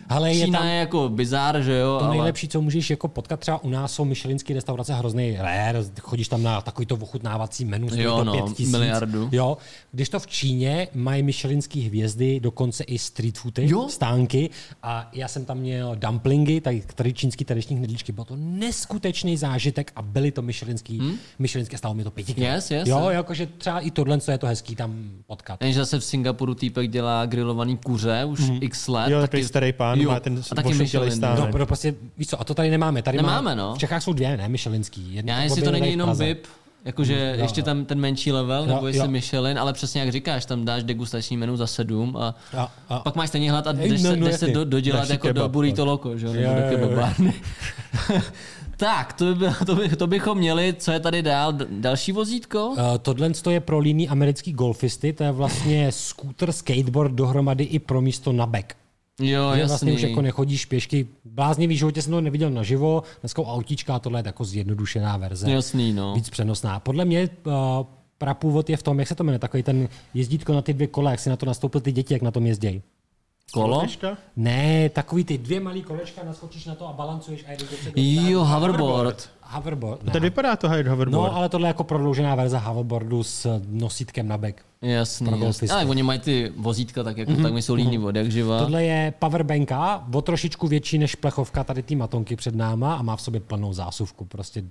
Speaker 2: Hele, je
Speaker 1: Čína
Speaker 2: tam-
Speaker 1: je jako bizár, že jo,
Speaker 2: To
Speaker 1: ale
Speaker 2: nejlepší, co můžeš jako potkat třeba u nás, jsou myšelinské restaurace hrozný rér, chodíš tam na takovýto ochutnávací menu, stojí
Speaker 1: Jo,
Speaker 2: to
Speaker 1: no,
Speaker 2: pět tisíc.
Speaker 1: miliardu.
Speaker 2: Jo, když to v Číně mají myšelinské hvězdy, dokonce i street foody,
Speaker 1: Jo.
Speaker 2: jo? stánky a já jsem tam měl dumplingy, tak tady čínský tadyšní knedlíčky, byl to neskutečný zážitek a byly to myšelinský, hmm? myšelinské stálo mi to pětikrát.
Speaker 1: Hm? Yes, yes,
Speaker 2: jo,
Speaker 1: yes.
Speaker 2: jakože třeba i i tohle, co je to hezký tam potkat.
Speaker 1: Jenže zase v Singapuru týpek dělá grilovaný kuře už
Speaker 2: Mhm.
Speaker 1: mm. x let.
Speaker 3: Jo, takový starý pán, má ten
Speaker 1: a taky
Speaker 3: ošetilej
Speaker 1: Michelin.
Speaker 3: stán.
Speaker 1: No.
Speaker 2: No, pro prostě, víš co, a to tady nemáme. Tady
Speaker 1: Nemáme,
Speaker 2: má,
Speaker 1: no.
Speaker 2: V Čechách jsou dvě, ne, Michelinský. Jedna
Speaker 1: Já
Speaker 2: v
Speaker 1: jestli
Speaker 2: Bobě,
Speaker 1: to
Speaker 2: jedna
Speaker 1: není
Speaker 2: i v
Speaker 1: jenom
Speaker 2: Praze. Mhm,
Speaker 1: VIP, jakože
Speaker 2: Jo,
Speaker 1: ještě
Speaker 2: jo.
Speaker 1: tam ten menší level, nebo
Speaker 2: Jo,
Speaker 1: jestli
Speaker 2: jo.
Speaker 1: Michelin, ale přesně jak říkáš, tam dáš degustační menu za sedm a
Speaker 2: A, a,
Speaker 1: pak máš stejně hlad a
Speaker 2: Ej,
Speaker 1: jdeš
Speaker 2: no,
Speaker 1: se,
Speaker 2: no,
Speaker 1: jdeš se
Speaker 2: jasně. no.
Speaker 1: do, dodělat
Speaker 3: Další
Speaker 1: jako do
Speaker 3: kebab,
Speaker 1: burrito loco, že jo, nebo do
Speaker 2: jo, jo.
Speaker 1: kebabárny. (laughs) tak, to, by bylo, to, by, to bychom měli, co je tady dál, D- další vozítko?
Speaker 2: Eh, Tohle to je pro líní americký golfisty, to je vlastně skútr, skateboard dohromady i pro místo na back.
Speaker 1: Jo,
Speaker 2: Že vlastně už
Speaker 1: jasný.
Speaker 2: jako nechodíš pěšky. Bláznivý životě jsem to neviděl naživo, dneska u autíčka a tohle je jako zjednodušená verze.
Speaker 1: Jasný, no.
Speaker 2: Víc přenosná. Podle mě uh, prapůvod je v tom, jak se to jmenuje, takový ten jezdítko na ty dvě kola, jak si na to nastoupil ty děti, jak na tom jezdějí.
Speaker 1: Kolo?
Speaker 3: Kolečka?
Speaker 2: Ne, takový ty dvě malý kolečka, naskočíš na to a balancuješ a jedeš dopředu.
Speaker 1: Jo, hoverboard.
Speaker 2: Hoverboard.
Speaker 3: To
Speaker 2: Ne.
Speaker 3: tady vypadá to Hyde Hoverboard.
Speaker 2: No,
Speaker 3: No,
Speaker 2: ale tohle je jako prodloužená verze hoverboardu s nosítkem na back. Pro
Speaker 1: Jasný, jasný.
Speaker 2: golfisty.
Speaker 1: Ale oni mají ty vozítka tak jako, tak my jsou líní vody, jak živa.
Speaker 2: Mhm. Tohle je powerbanka, o trošičku větší než plechovka tady ty matonky před náma a má v sobě plnou zásuvku, prostě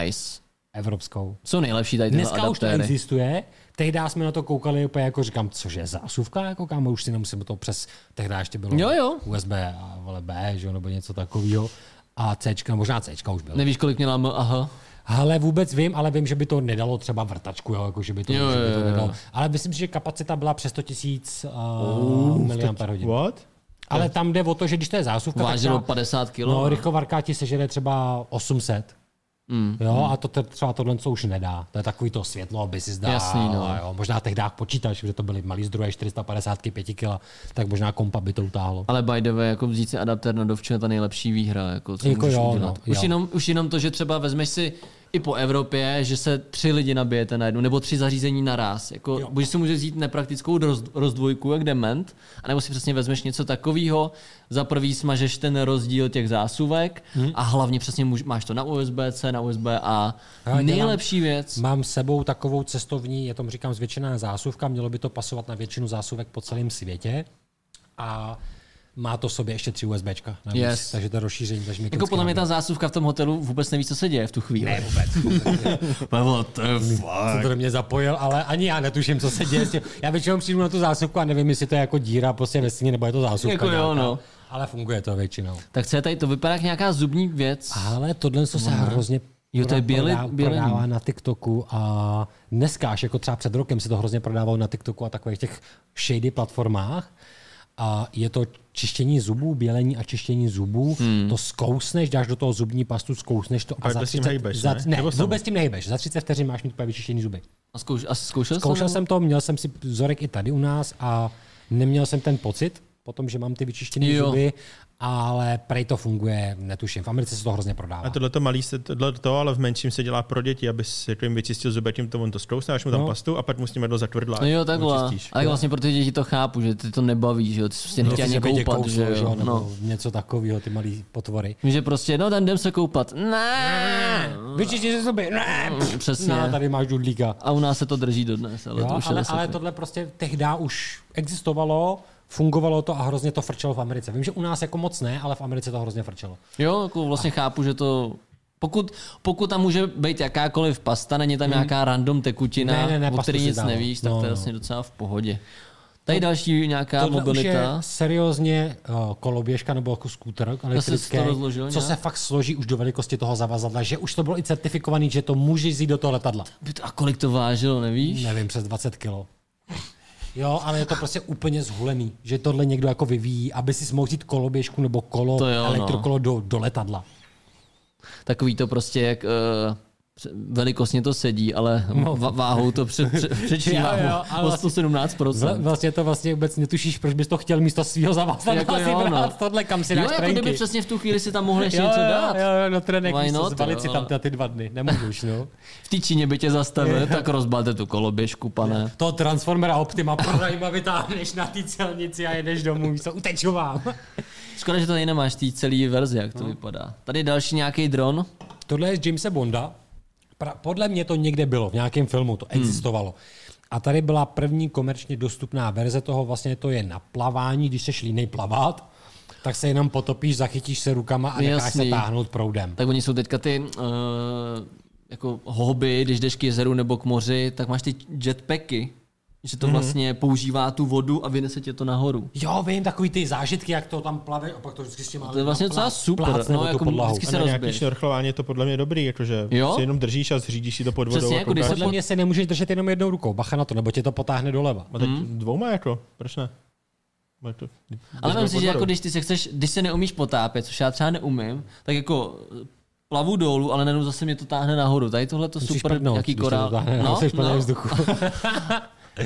Speaker 1: Nice.
Speaker 2: evropskou.
Speaker 1: Jsou nejlepší tady tyhle
Speaker 2: Dneska už to
Speaker 1: adaptéry.
Speaker 2: existuje, tehdy jsme na to koukali úplně jako říkám, což je zásuvka, jako kámo, už si nemusím to přes, tehdy ještě bylo
Speaker 1: Jo, jo.
Speaker 2: USB a vole B, že jo, nebo něco takového. A C, možná C už bylo.
Speaker 1: Nevíš, kolik měla M, aha.
Speaker 2: Hele, vůbec vím, ale vím, že by to nedalo třeba vrtačku, jo, jako že by to,
Speaker 1: Jo,
Speaker 2: že by
Speaker 1: jo,
Speaker 2: to
Speaker 1: jo.
Speaker 2: nedalo. Ale myslím si, že kapacita byla přes 100 tisíc uh, miliampere
Speaker 1: No.
Speaker 2: hodin.
Speaker 3: What?
Speaker 2: Ale tam jde o to, že když to je zásuvka,
Speaker 1: Vážilo
Speaker 2: tak třeba,
Speaker 1: 50 kg.
Speaker 2: no, rychlovarka ti sežere třeba 800. Mm, jo, a to te- třeba tohle co už nedá. To je takový to světlo, aby si zdá.
Speaker 1: Jasný, no.
Speaker 2: a jo, možná tehdy počítač, že to byly malý zdroje 450 5 kg, tak možná kompa by to utáhlo.
Speaker 1: Ale by the way, jako vzít si adaptér na dovče je ta nejlepší výhra, jako co
Speaker 2: Jako
Speaker 1: můžeš
Speaker 2: jo,
Speaker 1: udělat.
Speaker 2: no,
Speaker 1: už,
Speaker 2: jo.
Speaker 1: jenom, už jenom to, že třeba vezmeš si i po Evropě, že se tři lidi nabijete najednou, nebo tři zařízení naraz. Jako, buď si můžeš vzít nepraktickou roz- rozdvojku, jak dement, anebo si přesně vezmeš něco takového, za prvý smažeš ten rozdíl těch zásuvek
Speaker 2: Mhm.
Speaker 1: a hlavně přesně můž, máš to na USB-C, na USB-A.
Speaker 2: dělám-
Speaker 1: Nejlepší věc.
Speaker 2: Mám s sebou takovou cestovní, je tomu říkám zvětšená zásuvka, mělo by to pasovat na většinu zásuvek po celém světě. A má to v sobě ještě tři USBčka navíc,
Speaker 1: Yes.
Speaker 2: yes. takže to rozšíření. Takže
Speaker 1: Jako podle mě ta zásuvka v tom hotelu vůbec neví, co se děje v tu chvíli. Ne,
Speaker 3: Pavel, to je
Speaker 2: Co
Speaker 3: fakt.
Speaker 2: to do mě zapojil, ale ani já netuším, co se děje. s tím. Já většinou přijdu na tu zásuvku a nevím, jestli to je jako díra prostě ve stěně, nebo je to zásuvka.
Speaker 1: Jako jo,
Speaker 2: nějaká.
Speaker 1: no.
Speaker 2: Ale funguje to většinou.
Speaker 1: Tak co je tady, to vypadá jak nějaká zubní věc.
Speaker 2: Ale tohle co se hrozně
Speaker 1: Jo, to je
Speaker 2: prodá-
Speaker 1: běli-
Speaker 2: prodá-
Speaker 1: bělení.
Speaker 2: prodává na TikToku a dneska, až jako třeba před rokem se to hrozně prodávalo na TikToku a takových těch shady platformách. A je to čištění zubů, bělení a čištění zubů. Hmm. To zkousneš, dáš do toho zubní pastu, zkousneš to a,
Speaker 3: pak
Speaker 2: za
Speaker 3: to s
Speaker 2: 30,
Speaker 3: tím hejbeš,
Speaker 2: za,
Speaker 3: ne?
Speaker 2: ne
Speaker 3: Nebo
Speaker 2: vůbec tím nehybeš. Za 30 vteřin máš mít úplně vyčištěný zuby.
Speaker 1: A, zkouš, a zkoušel,
Speaker 2: Zkoušel
Speaker 1: jsi to,
Speaker 2: jsem to, měl jsem si vzorek i tady u nás a neměl jsem ten pocit potom, že mám ty vyčištěné
Speaker 1: Jo.
Speaker 2: zuby, ale prej to funguje, netuším. V Americe se to hrozně prodává.
Speaker 3: A tohle to malý se, tohle to, ale v menším se dělá pro děti, aby si jako jim vyčistil zubek, tím to on to zkousne, dáš mu tam
Speaker 2: No.
Speaker 3: pastu a pak mu s tím jedlo zatvrdlá.
Speaker 1: No jo, takhle.
Speaker 3: Vyčistíš.
Speaker 1: Ale vlastně pro ty děti to chápu, že ty to nebaví, že jo, ty prostě nechtějí ani
Speaker 2: Nechci, aby tě
Speaker 1: koupat,
Speaker 2: kouslo,
Speaker 1: že jo.
Speaker 2: nebo
Speaker 1: No.
Speaker 2: něco takového, ty malý potvory.
Speaker 1: Že prostě, no ten jdem se koupat. Ne.
Speaker 2: Vyčišti si zuby. Ne, pff,
Speaker 1: Přesně.
Speaker 2: na, tady máš dudlíka.
Speaker 1: A u nás se to drží dodnes, ale
Speaker 2: Jo,
Speaker 1: to už
Speaker 2: ale,
Speaker 1: je
Speaker 2: ale
Speaker 1: ale to...
Speaker 2: tohle prostě tehdy už existovalo, fungovalo to a hrozně to frčelo v Americe. Vím, že u nás jako moc ne, ale v Americe to hrozně frčelo.
Speaker 1: Jo, jako vlastně chápu, že to... Pokud, pokud tam může být jakákoliv pasta, není tam nějaká random tekutina,
Speaker 2: Hmm. Ne, ne, ne,
Speaker 1: o
Speaker 2: pastu
Speaker 1: který
Speaker 2: si
Speaker 1: nic
Speaker 2: dávám.
Speaker 1: nevíš, tak
Speaker 2: No,
Speaker 1: to je
Speaker 2: no.
Speaker 1: vlastně docela v pohodě. Tady další nějaká
Speaker 2: Tohle už
Speaker 1: mobilita.
Speaker 2: je seriózně uh, koloběžka nebo jako skútr elektrický,
Speaker 1: rozložil
Speaker 2: co
Speaker 1: nějak?
Speaker 2: se fakt složí už do velikosti toho zavazadla, že už to bylo i certifikovaný, že to může jít do toho letadla.
Speaker 1: A kolik to vážilo, nevíš?
Speaker 2: Nevím, přes 20 kilo. Jo, ale je to prostě úplně zhulený, že tohle někdo jako vyvíjí, aby si mohl vzít koloběžku nebo kolo,
Speaker 1: To jo, no.
Speaker 2: elektrokolo do, do letadla.
Speaker 1: takový to prostě, jak uh, velikostně to sedí, ale va- váhou to pře- pře- přečí
Speaker 2: No. (laughs) Jo, jo,
Speaker 1: váhu
Speaker 2: ale
Speaker 1: o
Speaker 2: vlastně-
Speaker 1: 117%.
Speaker 2: Vlastně to vlastně vůbec netušíš, proč bys to chtěl místo svého zavazadla
Speaker 1: Jako
Speaker 2: jako (laughs) si
Speaker 1: jo, no.
Speaker 2: brát tohle, kam si
Speaker 1: jo,
Speaker 2: dáš
Speaker 1: jako
Speaker 2: trenky.
Speaker 1: kdyby přesně v tu chvíli si tam mohl ještě
Speaker 2: jo,
Speaker 1: něco dát.
Speaker 2: jo, jo, jo, no trenek,
Speaker 1: Why
Speaker 2: víš co,
Speaker 1: not,
Speaker 2: zbalit si
Speaker 1: jo, no.
Speaker 2: tam
Speaker 1: ale-
Speaker 2: ty, ty dva dny, nemůžeš, no.
Speaker 1: V té Číně by tě zastavil, tak rozbalte tu koloběžku, pane.
Speaker 2: Toho Transformera Optima Prima vytáhneš na ty celnici a jedeš domů, víš co, uteču vám.
Speaker 1: Škoda, že to tady nemáš v té celé verzi, jak to
Speaker 2: No.
Speaker 1: vypadá. Tady je další nějaký dron.
Speaker 2: Tohle je z Jamesa Bonda. Pra, podle mě to někde bylo, v nějakém filmu to existovalo. A tady byla první komerčně dostupná verze toho, vlastně to je na plavání, když se línej plavat, tak se jenom potopíš, zachytíš se rukama a necháš
Speaker 1: No Jasný.
Speaker 2: se táhnout proudem.
Speaker 1: Tak oni jsou teďka ty uh, jako hobby, když jdeš k jezeru nebo k moři, tak máš ty jetpacky, že
Speaker 2: Mhm.
Speaker 1: to vlastně používá tu vodu a vynese tě to nahoru.
Speaker 2: Jo, vím, takový ty zážitky, jak to tam plave a pak to vždycky s tím
Speaker 1: To je vlastně docela super, no, jako vždycky se
Speaker 3: Na nějaký
Speaker 1: rozbiješ.
Speaker 3: šnorchlování je to podle mě dobrý, jakože
Speaker 1: Jo?
Speaker 3: si jenom držíš a zřídíš si to pod vodou.
Speaker 1: Přesně,
Speaker 3: a
Speaker 1: jako když se
Speaker 3: koukáš.
Speaker 2: Podle mě se nemůžeš držet jenom jednou rukou, bacha na to, nebo tě to potáhne doleva.
Speaker 3: A teď dvouma jako, proč ne? Máš to-
Speaker 1: Hmm. Ale
Speaker 3: jdeš
Speaker 1: myslím si,
Speaker 3: pod
Speaker 1: že
Speaker 3: vodou.
Speaker 1: jako když ty se chceš, když se neumíš potápět, což já třeba neumím, tak jako plavu dolů, ale najednou zase mě to táhne nahoru. Tady tohle to
Speaker 2: Musíš
Speaker 1: super,
Speaker 2: prdnout,
Speaker 1: jaký
Speaker 2: když tě to
Speaker 1: korál.
Speaker 2: Táhne, (laughs) no, jsi no. vzduchu.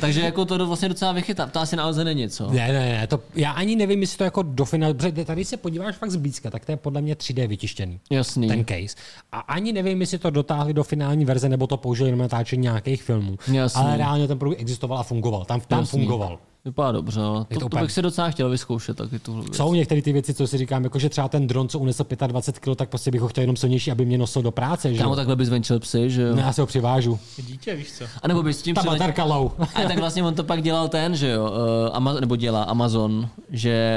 Speaker 1: Takže jako to do- vlastně docela vychytá. To asi naozaj není, co?
Speaker 2: ne, ne, ne, to, já ani nevím, jestli to jako dofinal, protože tady se podíváš fakt zblízka, tak to je podle mě 3D vytištěný.
Speaker 1: Jasný.
Speaker 2: ten case. A ani nevím, jestli to dotáhli do finální verze, nebo to použili na natáčení nějakých filmů.
Speaker 1: Jasný.
Speaker 2: Ale reálně ten produkt existoval a fungoval. Tam, tam
Speaker 1: Jasný.
Speaker 2: fungoval.
Speaker 1: Vypadá dobře, ale to,
Speaker 2: to
Speaker 1: to,
Speaker 2: úplně-
Speaker 1: bych si docela chtěl vyzkoušet taky tuhle věc.
Speaker 2: Jsou některé ty věci, co si říkám, jako že třeba ten dron, co unesl 25 kg, tak prostě bych ho chtěl jenom silnější, aby mě nosil do práce, že?
Speaker 1: Kámo,
Speaker 2: jo?
Speaker 1: takhle bys venčil psy, že jo?
Speaker 2: No, já si ho přivážu.
Speaker 3: Dítě, víš co?
Speaker 1: A nebo bys s tím
Speaker 2: Ta
Speaker 1: přiletěl-
Speaker 2: baterka low.
Speaker 1: A tak vlastně on to pak dělal ten, že jo, eh, Ama- nebo dělá Amazon, že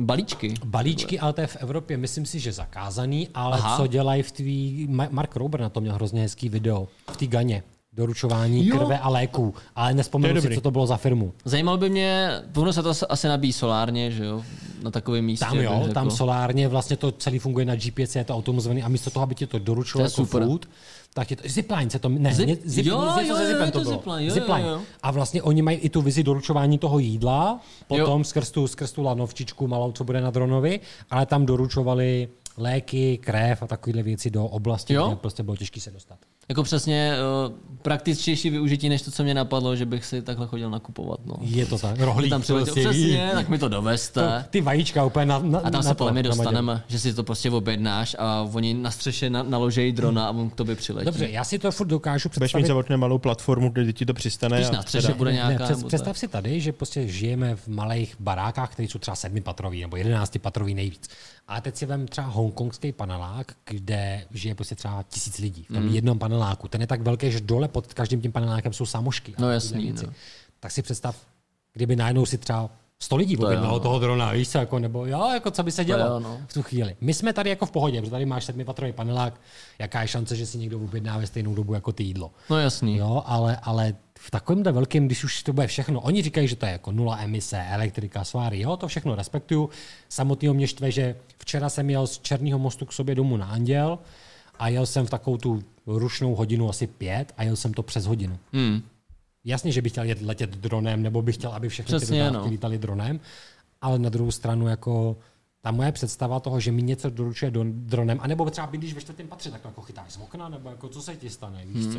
Speaker 1: balíčky.
Speaker 2: Balíčky, ale to je v Evropě, myslím si, že zakázaný, ale
Speaker 1: Aha.
Speaker 2: Aha. co dělají v tvý... Ma- Mark Rober na to měl hrozně hezký video. V té ganě. Doručování
Speaker 3: Jo.
Speaker 2: krve a léků. Ale
Speaker 3: To je
Speaker 2: nespomenu si,
Speaker 3: dobrý.
Speaker 2: co to bylo za firmu.
Speaker 1: Zajímalo by mě, ono se to asi- asi nabíjí solárně, že jo, na takovém místě.
Speaker 2: Tam
Speaker 1: bych
Speaker 2: jo,
Speaker 1: řekl.
Speaker 2: tam solárně, vlastně to celý funguje na GPS, je to automozovaný a místo toho, aby ti to doručilo
Speaker 1: To je
Speaker 2: jako
Speaker 1: super.
Speaker 2: super. food, tak je to zipline se to, ne,
Speaker 1: Zip-
Speaker 2: zip, zip, zip,
Speaker 1: jo,
Speaker 2: něco
Speaker 1: jo,
Speaker 2: se
Speaker 1: jo,
Speaker 2: zipem
Speaker 1: je to
Speaker 2: to bylo.
Speaker 1: zipline, jo, jo,
Speaker 2: Zipline.
Speaker 1: jo.
Speaker 2: A vlastně oni mají i tu vizi doručování toho jídla, potom skrz tu, skrz tu lanovčičku malou, co bude na dronovi, ale tam doručovali léky, krev a takovéhle věci do oblasti,
Speaker 1: Jo.
Speaker 2: jo? kde prostě bylo těžké se dostat.
Speaker 1: Jako přesně eh, praktičtější využití, než to, co mě napadlo, že bych si takhle chodil nakupovat, no.
Speaker 2: Je to tak, rohlík.
Speaker 1: Tam přiletěl,
Speaker 2: prostě,
Speaker 1: přesně, tak mi to
Speaker 2: to,
Speaker 1: doveste.
Speaker 2: ty vajíčka úplně na, na
Speaker 1: A tam
Speaker 2: na
Speaker 1: se
Speaker 2: to,
Speaker 1: podle mě
Speaker 2: na maďo.
Speaker 1: dostaneme, že si to prostě objednáš a oni na střeše na, naložejí drona a on k tobě přiletí.
Speaker 2: Dobře, já si to furt dokážu
Speaker 3: Budeš
Speaker 2: představit.
Speaker 3: mít za oknem malou platformu, kde ti to přistane.
Speaker 1: Když
Speaker 3: a
Speaker 1: na střeše
Speaker 3: teda-
Speaker 1: bude
Speaker 2: Ne,
Speaker 1: nějaká...
Speaker 2: před,
Speaker 1: nebo tak.
Speaker 2: představ si tady, že prostě žijeme v malých barákách, které jsou třeba sedmipatrový nebo jedenáctipatrový nejvíc. A teď si vem třeba hongkongský panelák, kde žije prostě třeba tisíc lidí v tom
Speaker 1: Hmm.
Speaker 2: mm. jednom paneláku. Ten je tak velký, že dole pod každým tím panelákem jsou samošky. a
Speaker 1: No
Speaker 2: tyhle
Speaker 1: jasný,
Speaker 2: věci.
Speaker 1: no.
Speaker 2: Tak si představ, kdyby najednou si třeba 100 lidí objednalo
Speaker 1: jo.
Speaker 2: toho drona, víš co, jako, nebo jo, jako co by se dělo
Speaker 1: jo, no.
Speaker 2: v tu chvíli. My jsme tady jako v pohodě, protože tady máš sedmipatrový panelák, jaká je šance, že si někdo objedná ve stejnou dobu jako ty jídlo.
Speaker 1: No jasný.
Speaker 2: Jo, ale, ale v takovémhle velkém, když už to bude všechno, oni říkají, že to je jako nula emise, elektrika, sváry, jo, to všechno respektuju. Samotného mě štve, že včera jsem jel z Černého mostu k sobě domů na Anděl a jel jsem v takovou tu rušnou hodinu asi pět a jel jsem to přes hodinu.
Speaker 1: Hmm.
Speaker 2: Jasně, že bych chtěl jet letět dronem, nebo bych chtěl, aby všechny
Speaker 1: Přesně,
Speaker 2: Přesně, ty dodávky
Speaker 1: no.
Speaker 2: no. lítaly dronem, ale na druhou stranu jako ta moje představa toho, že mi něco doručuje do, dronem, anebo třeba bydlíš ve čtvrtém patře, tak to jako chytáš z okna, nebo jako co se ti stane, víš co?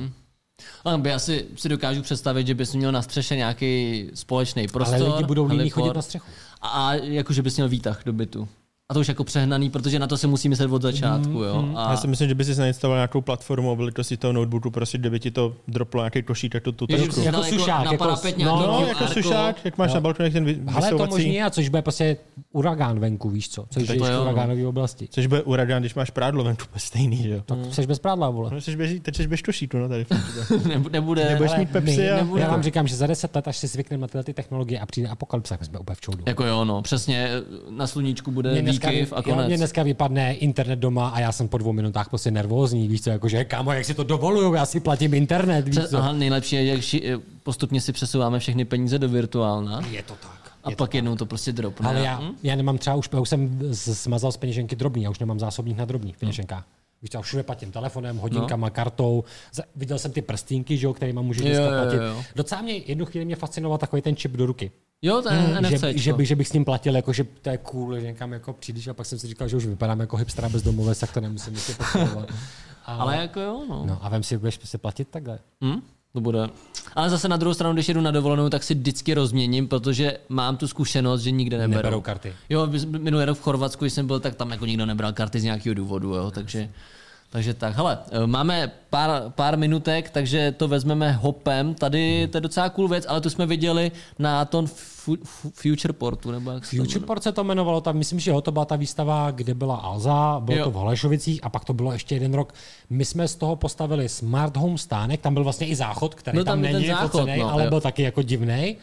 Speaker 1: Ale já si, si dokážu představit, že bys měl na střeše nějaký společný prostor.
Speaker 2: Ale lidi budou líní
Speaker 1: heliport.
Speaker 2: chodit na střechu.
Speaker 1: A, a jako, že bys měl výtah do bytu. A to už jako přehnaný, protože na to se musí myslet od začátku, jo.
Speaker 3: Já
Speaker 1: A
Speaker 3: si myslím, že by si nainstaloval nějakou platformu a byli to si toho notebooku, prostě kdyby ti to droplo nějaký košík, tak to tu
Speaker 1: Ježiš,
Speaker 3: tašku.
Speaker 1: si
Speaker 2: Jako
Speaker 1: dal
Speaker 2: sušák,
Speaker 1: na
Speaker 2: jako-
Speaker 1: parapet
Speaker 2: no,
Speaker 1: nějaký
Speaker 3: No,
Speaker 1: QR
Speaker 3: jako
Speaker 1: kód.
Speaker 3: sušák, jak máš na balkoně, jak ten vy-
Speaker 2: Ale to
Speaker 3: vysouvací.
Speaker 2: možný, a což bude prostě uragán venku, víš co? Což je
Speaker 1: to
Speaker 2: v
Speaker 1: jo, no.
Speaker 2: uragánové oblasti.
Speaker 3: Což bude uragán, když máš prádlo venku, to je stejný, že jo.
Speaker 2: Tak
Speaker 1: Hmm.
Speaker 2: seš bez prádla, vole.
Speaker 3: No, seš běží, teď seš bez tušíku, no tady.
Speaker 1: Nebu- Nebude.
Speaker 3: Nebudeš
Speaker 1: ale-
Speaker 3: mít Pepsi a...
Speaker 2: Já vám říkám, že za 10 let, až si zvykneme na tyhle ty technologie a přijde apokalypsa, tak jsme úplně v čoudu.
Speaker 1: Jako jo, no, přesně na sluníčku bude Eh, výkyv a
Speaker 2: jo, mě
Speaker 1: konec.
Speaker 2: dneska vypadne internet doma a já jsem po dvou minutách prostě nervózní, víš co, jakože kámo, jak si to dovoluju, já si platím internet, víš
Speaker 1: Pře-
Speaker 2: co.
Speaker 1: Aha, nejlepší je, jak ši- postupně si přesouváme všechny peníze do virtuálna
Speaker 2: Je to tak.
Speaker 1: a pak jednou to prostě dropne.
Speaker 2: Ale já, já nemám třeba už, já už jsem z- smazal z peněženky drobný, já už nemám zásobník na drobný
Speaker 1: Mhm.
Speaker 2: v peněženkách. Víš, já všude platím telefonem, hodinkama, no. kartou. Za- Viděl jsem ty prstínky, že jo, kterýma můžeš
Speaker 1: Jo,
Speaker 2: dneska
Speaker 1: jo,
Speaker 2: platit.
Speaker 1: jo.
Speaker 2: Docela mě jednu chvíli mě fascinoval takový ten čip do ruky.
Speaker 1: Jo, to je
Speaker 2: Mhm, Že,
Speaker 1: NFC.
Speaker 2: že, by, že, bych s ním platil, jako, že to je cool, že někam jako přijdeš a pak jsem si říkal, že už vypadám jako hipstra bez domovec, tak to nemusím ještě
Speaker 1: (laughs)
Speaker 2: podporovat.
Speaker 1: Ale jako jo, no.
Speaker 2: No a vem si, budeš se platit takhle.
Speaker 1: Hm? To bude. Ale zase na druhou stranu, když jedu na dovolenou, tak si vždycky rozměním, protože mám tu zkušenost, že nikde neberou.
Speaker 2: Neberou karty.
Speaker 1: Jo, my jsme- minulý rok v Chorvatsku, když jsem byl, tak tam jako nikdo nebral karty z nějakého důvodu, jo, takže, takže tak. Hele, eh, máme pár, pár minutek, takže to vezmeme hopem. Tady to je docela cool věc, ale tu jsme viděli na tom fu- fu- Futureportu, nebo jak se to jmenuje.
Speaker 2: Futureport No, se to jmenovalo, tam myslím, že jo, to byla ta výstava, kde byla Alza, bylo
Speaker 1: Jo.
Speaker 2: jo. to v Holešovicích a pak to bylo ještě jeden rok. My jsme z toho postavili smart home stánek, tam byl vlastně i záchod, který
Speaker 1: Byl
Speaker 2: tam,
Speaker 1: No, tam i ten
Speaker 2: není
Speaker 1: záchod,
Speaker 2: záchod, focenej,
Speaker 1: no,
Speaker 2: ale
Speaker 1: jo.
Speaker 2: byl taky jako divný.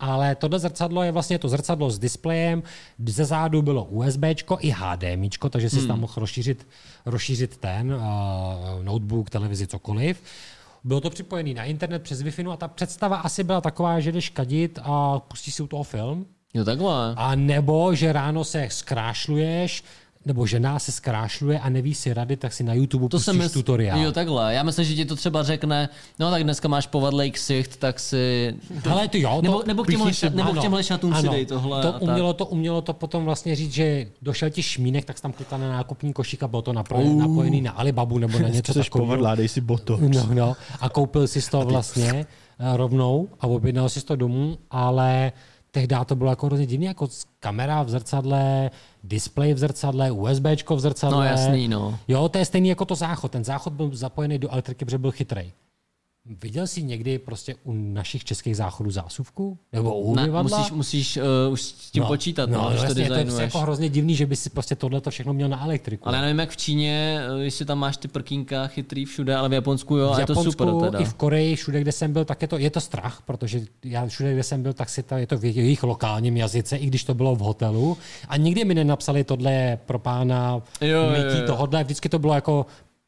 Speaker 2: ale tohle zrcadlo je vlastně to zrcadlo s displejem, ze zádu bylo USB i HDMI, takže si hmm. tam mohl rozšířit, rozšířit ten uh, notebook, televizi, cokoliv. Bylo to připojené na internet přes wi a ta představa asi byla taková, že jdeš kadit a pustíš si u toho film.
Speaker 1: Jo, takhle.
Speaker 2: A nebo, že ráno se zkrášluješ, nebo žena se zkrášluje a neví si rady, tak si na YouTube to pustíš
Speaker 1: mys-
Speaker 2: tutoriál.
Speaker 1: Jo, takhle. Já myslím, že ti to třeba řekne, no tak dneska máš povadlej ksicht, tak si...
Speaker 2: Hele, ty jo,
Speaker 1: Nebo-
Speaker 2: to,
Speaker 1: nebo k těm
Speaker 2: píchni si-
Speaker 1: lešat- nebo k těm
Speaker 2: ano,
Speaker 1: lešatům si
Speaker 2: ano.
Speaker 1: dej tohle a
Speaker 2: To
Speaker 1: tak.
Speaker 2: umělo, to umělo to potom vlastně říct, že došel ti šmínek, tak jsi tam klikla na nákupní košík a bylo to napojený, uh. napojený na Alibabu
Speaker 1: (laughs)
Speaker 2: nebo na No, něco
Speaker 3: Chceš
Speaker 2: takového.
Speaker 3: povadlá, dej si boto.
Speaker 2: No, no. A koupil si to vlastně eh, rovnou a objednal si to domů, ale tehdy to bylo jako hrozně divný, jako s- kamera v zrcadle, displej v zrcadle, USBčko v zrcadle.
Speaker 1: No jasný, no.
Speaker 2: Jo, to je stejný jako to záchod. Ten záchod byl zapojený do elektriky, protože byl chytrej. Viděl jsi někdy prostě u našich českých záchodů zásuvku? Nebo u
Speaker 1: Ne,
Speaker 2: umyvadla?
Speaker 1: musíš, musíš uh, už s tím počítat, no, když to
Speaker 2: jasně, to je prostě
Speaker 1: designuješ.
Speaker 2: jako hrozně divný, že by si prostě tohle to všechno měl na elektriku.
Speaker 1: Ale já nevím, jak v Číně, eh, jestli tam máš ty prkínka chytrý všude, ale v Japonsku jo,
Speaker 2: v
Speaker 1: a je to
Speaker 2: Japonsku,
Speaker 1: super teda.
Speaker 2: i v Koreji, všude, kde jsem byl, tak je to, je to strach, protože já všude, kde jsem byl, tak si to, je to v jejich lokálním jazyce, i když to bylo v hotelu. A nikdy mi nenapsali tohle je pro pána
Speaker 1: Jo, jo,
Speaker 2: mytí
Speaker 1: jo.
Speaker 2: tohodle, vždycky to bylo jako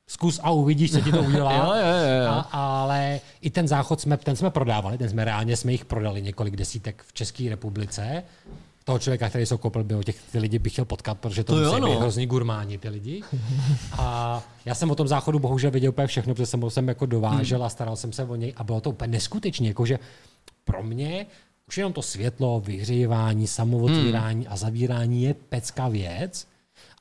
Speaker 2: zkus a uvidíš, co ti to
Speaker 1: (laughs)
Speaker 2: udělá.
Speaker 1: Jo, jo, jo, jo.
Speaker 2: A, ale i ten záchod jsme, ten jsme prodávali, ten jsme reálně jsme jich prodali několik desítek v České republice. Toho člověka, který se koupil, by ho těch ty lidi bych chtěl potkat, protože to,
Speaker 1: To
Speaker 2: to
Speaker 1: jo,
Speaker 2: musí
Speaker 1: no.
Speaker 2: být hrozný gurmáni ty lidi.
Speaker 1: (laughs)
Speaker 2: A já jsem o tom záchodu bohužel věděl úplně všechno, protože jsem ho sem jako dovážel
Speaker 1: Hmm.
Speaker 2: a staral jsem se o něj a bylo to úplně neskutečné, jakože pro mě už jenom to světlo, vyhřívání, samovotvírání
Speaker 1: Hmm.
Speaker 2: a zavírání je pecka věc,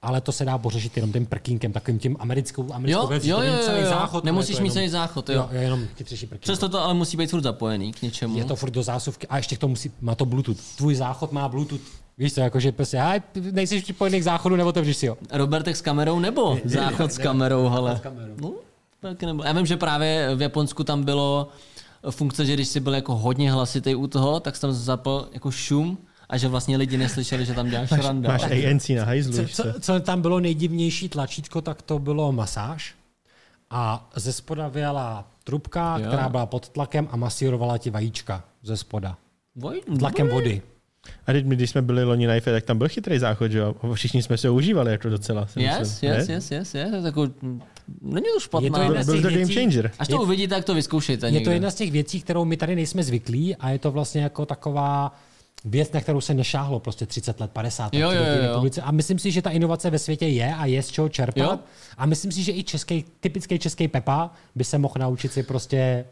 Speaker 2: ale to se dá pořešit jenom tím prkínkem, takovým tím americkou, americkou
Speaker 1: Jo,
Speaker 2: věcí,
Speaker 1: jo,
Speaker 2: to není
Speaker 1: jo,
Speaker 2: celý
Speaker 1: jo, jo.
Speaker 2: záchod. ale
Speaker 1: Nemusíš
Speaker 2: je to
Speaker 1: mít
Speaker 2: jenom-
Speaker 1: celý záchod, jo.
Speaker 2: jo. jo jenom chytřejší prkínko.
Speaker 1: Přesto to ale musí být furt zapojený k něčemu.
Speaker 2: Je to furt do zásuvky a ještě k tomu si, má to Bluetooth. Tvůj záchod má Bluetooth. Víš to, jakože prostě, hej, nejsi připojený k záchodu, nebo otevři si ho.
Speaker 1: Robertek s kamerou nebo záchod s kamerou, hele. No, taky nebo. Já vím, že právě v Japonsku tam bylo funkce, že když jsi byl jako hodně hlasitý u toho, tak jsi tam zapl jako šum a že vlastně lidi neslyšeli, že tam děláš randa.
Speaker 3: Máš ANC na hajzlu, víš
Speaker 2: co,
Speaker 3: co?
Speaker 2: co, co tam bylo nejdivnější tlačítko, tak to bylo masáž. A ze spoda vyjela trubka,
Speaker 1: Jo.
Speaker 2: jo. která byla pod tlakem a masírovala ti vajíčka ze spoda.
Speaker 1: Voj-
Speaker 2: Tlakem vody.
Speaker 3: A teď, my, když jsme byli loni na IFE, tak tam byl chytrý záchod, že jo? A Všichni jsme se ho užívali jako docela. si
Speaker 1: Yes,
Speaker 3: myslím,
Speaker 1: yes,
Speaker 3: ne?
Speaker 1: yes, yes, yes. Jako, mm, není to
Speaker 2: Je to
Speaker 1: špatné.
Speaker 2: jedna
Speaker 3: Byl,
Speaker 2: z
Speaker 3: byl
Speaker 2: těch
Speaker 3: to game
Speaker 2: věcí-
Speaker 3: changer.
Speaker 1: Až to uvidíte, tak to vyzkoušejte
Speaker 2: Je to
Speaker 1: někde.
Speaker 2: jedna z těch věcí, kterou my tady nejsme zvyklí a je to vlastně jako taková věc, na kterou se nešáhlo prostě 30 let, 50 let
Speaker 1: Jo,
Speaker 2: v České
Speaker 1: jo, jo, jo.
Speaker 2: republice. A myslím si, že ta inovace ve světě je a je z čeho čerpat.
Speaker 1: Jo.
Speaker 2: Jo. A myslím si, že i český, typický český Pepa by se mohl naučit si prostě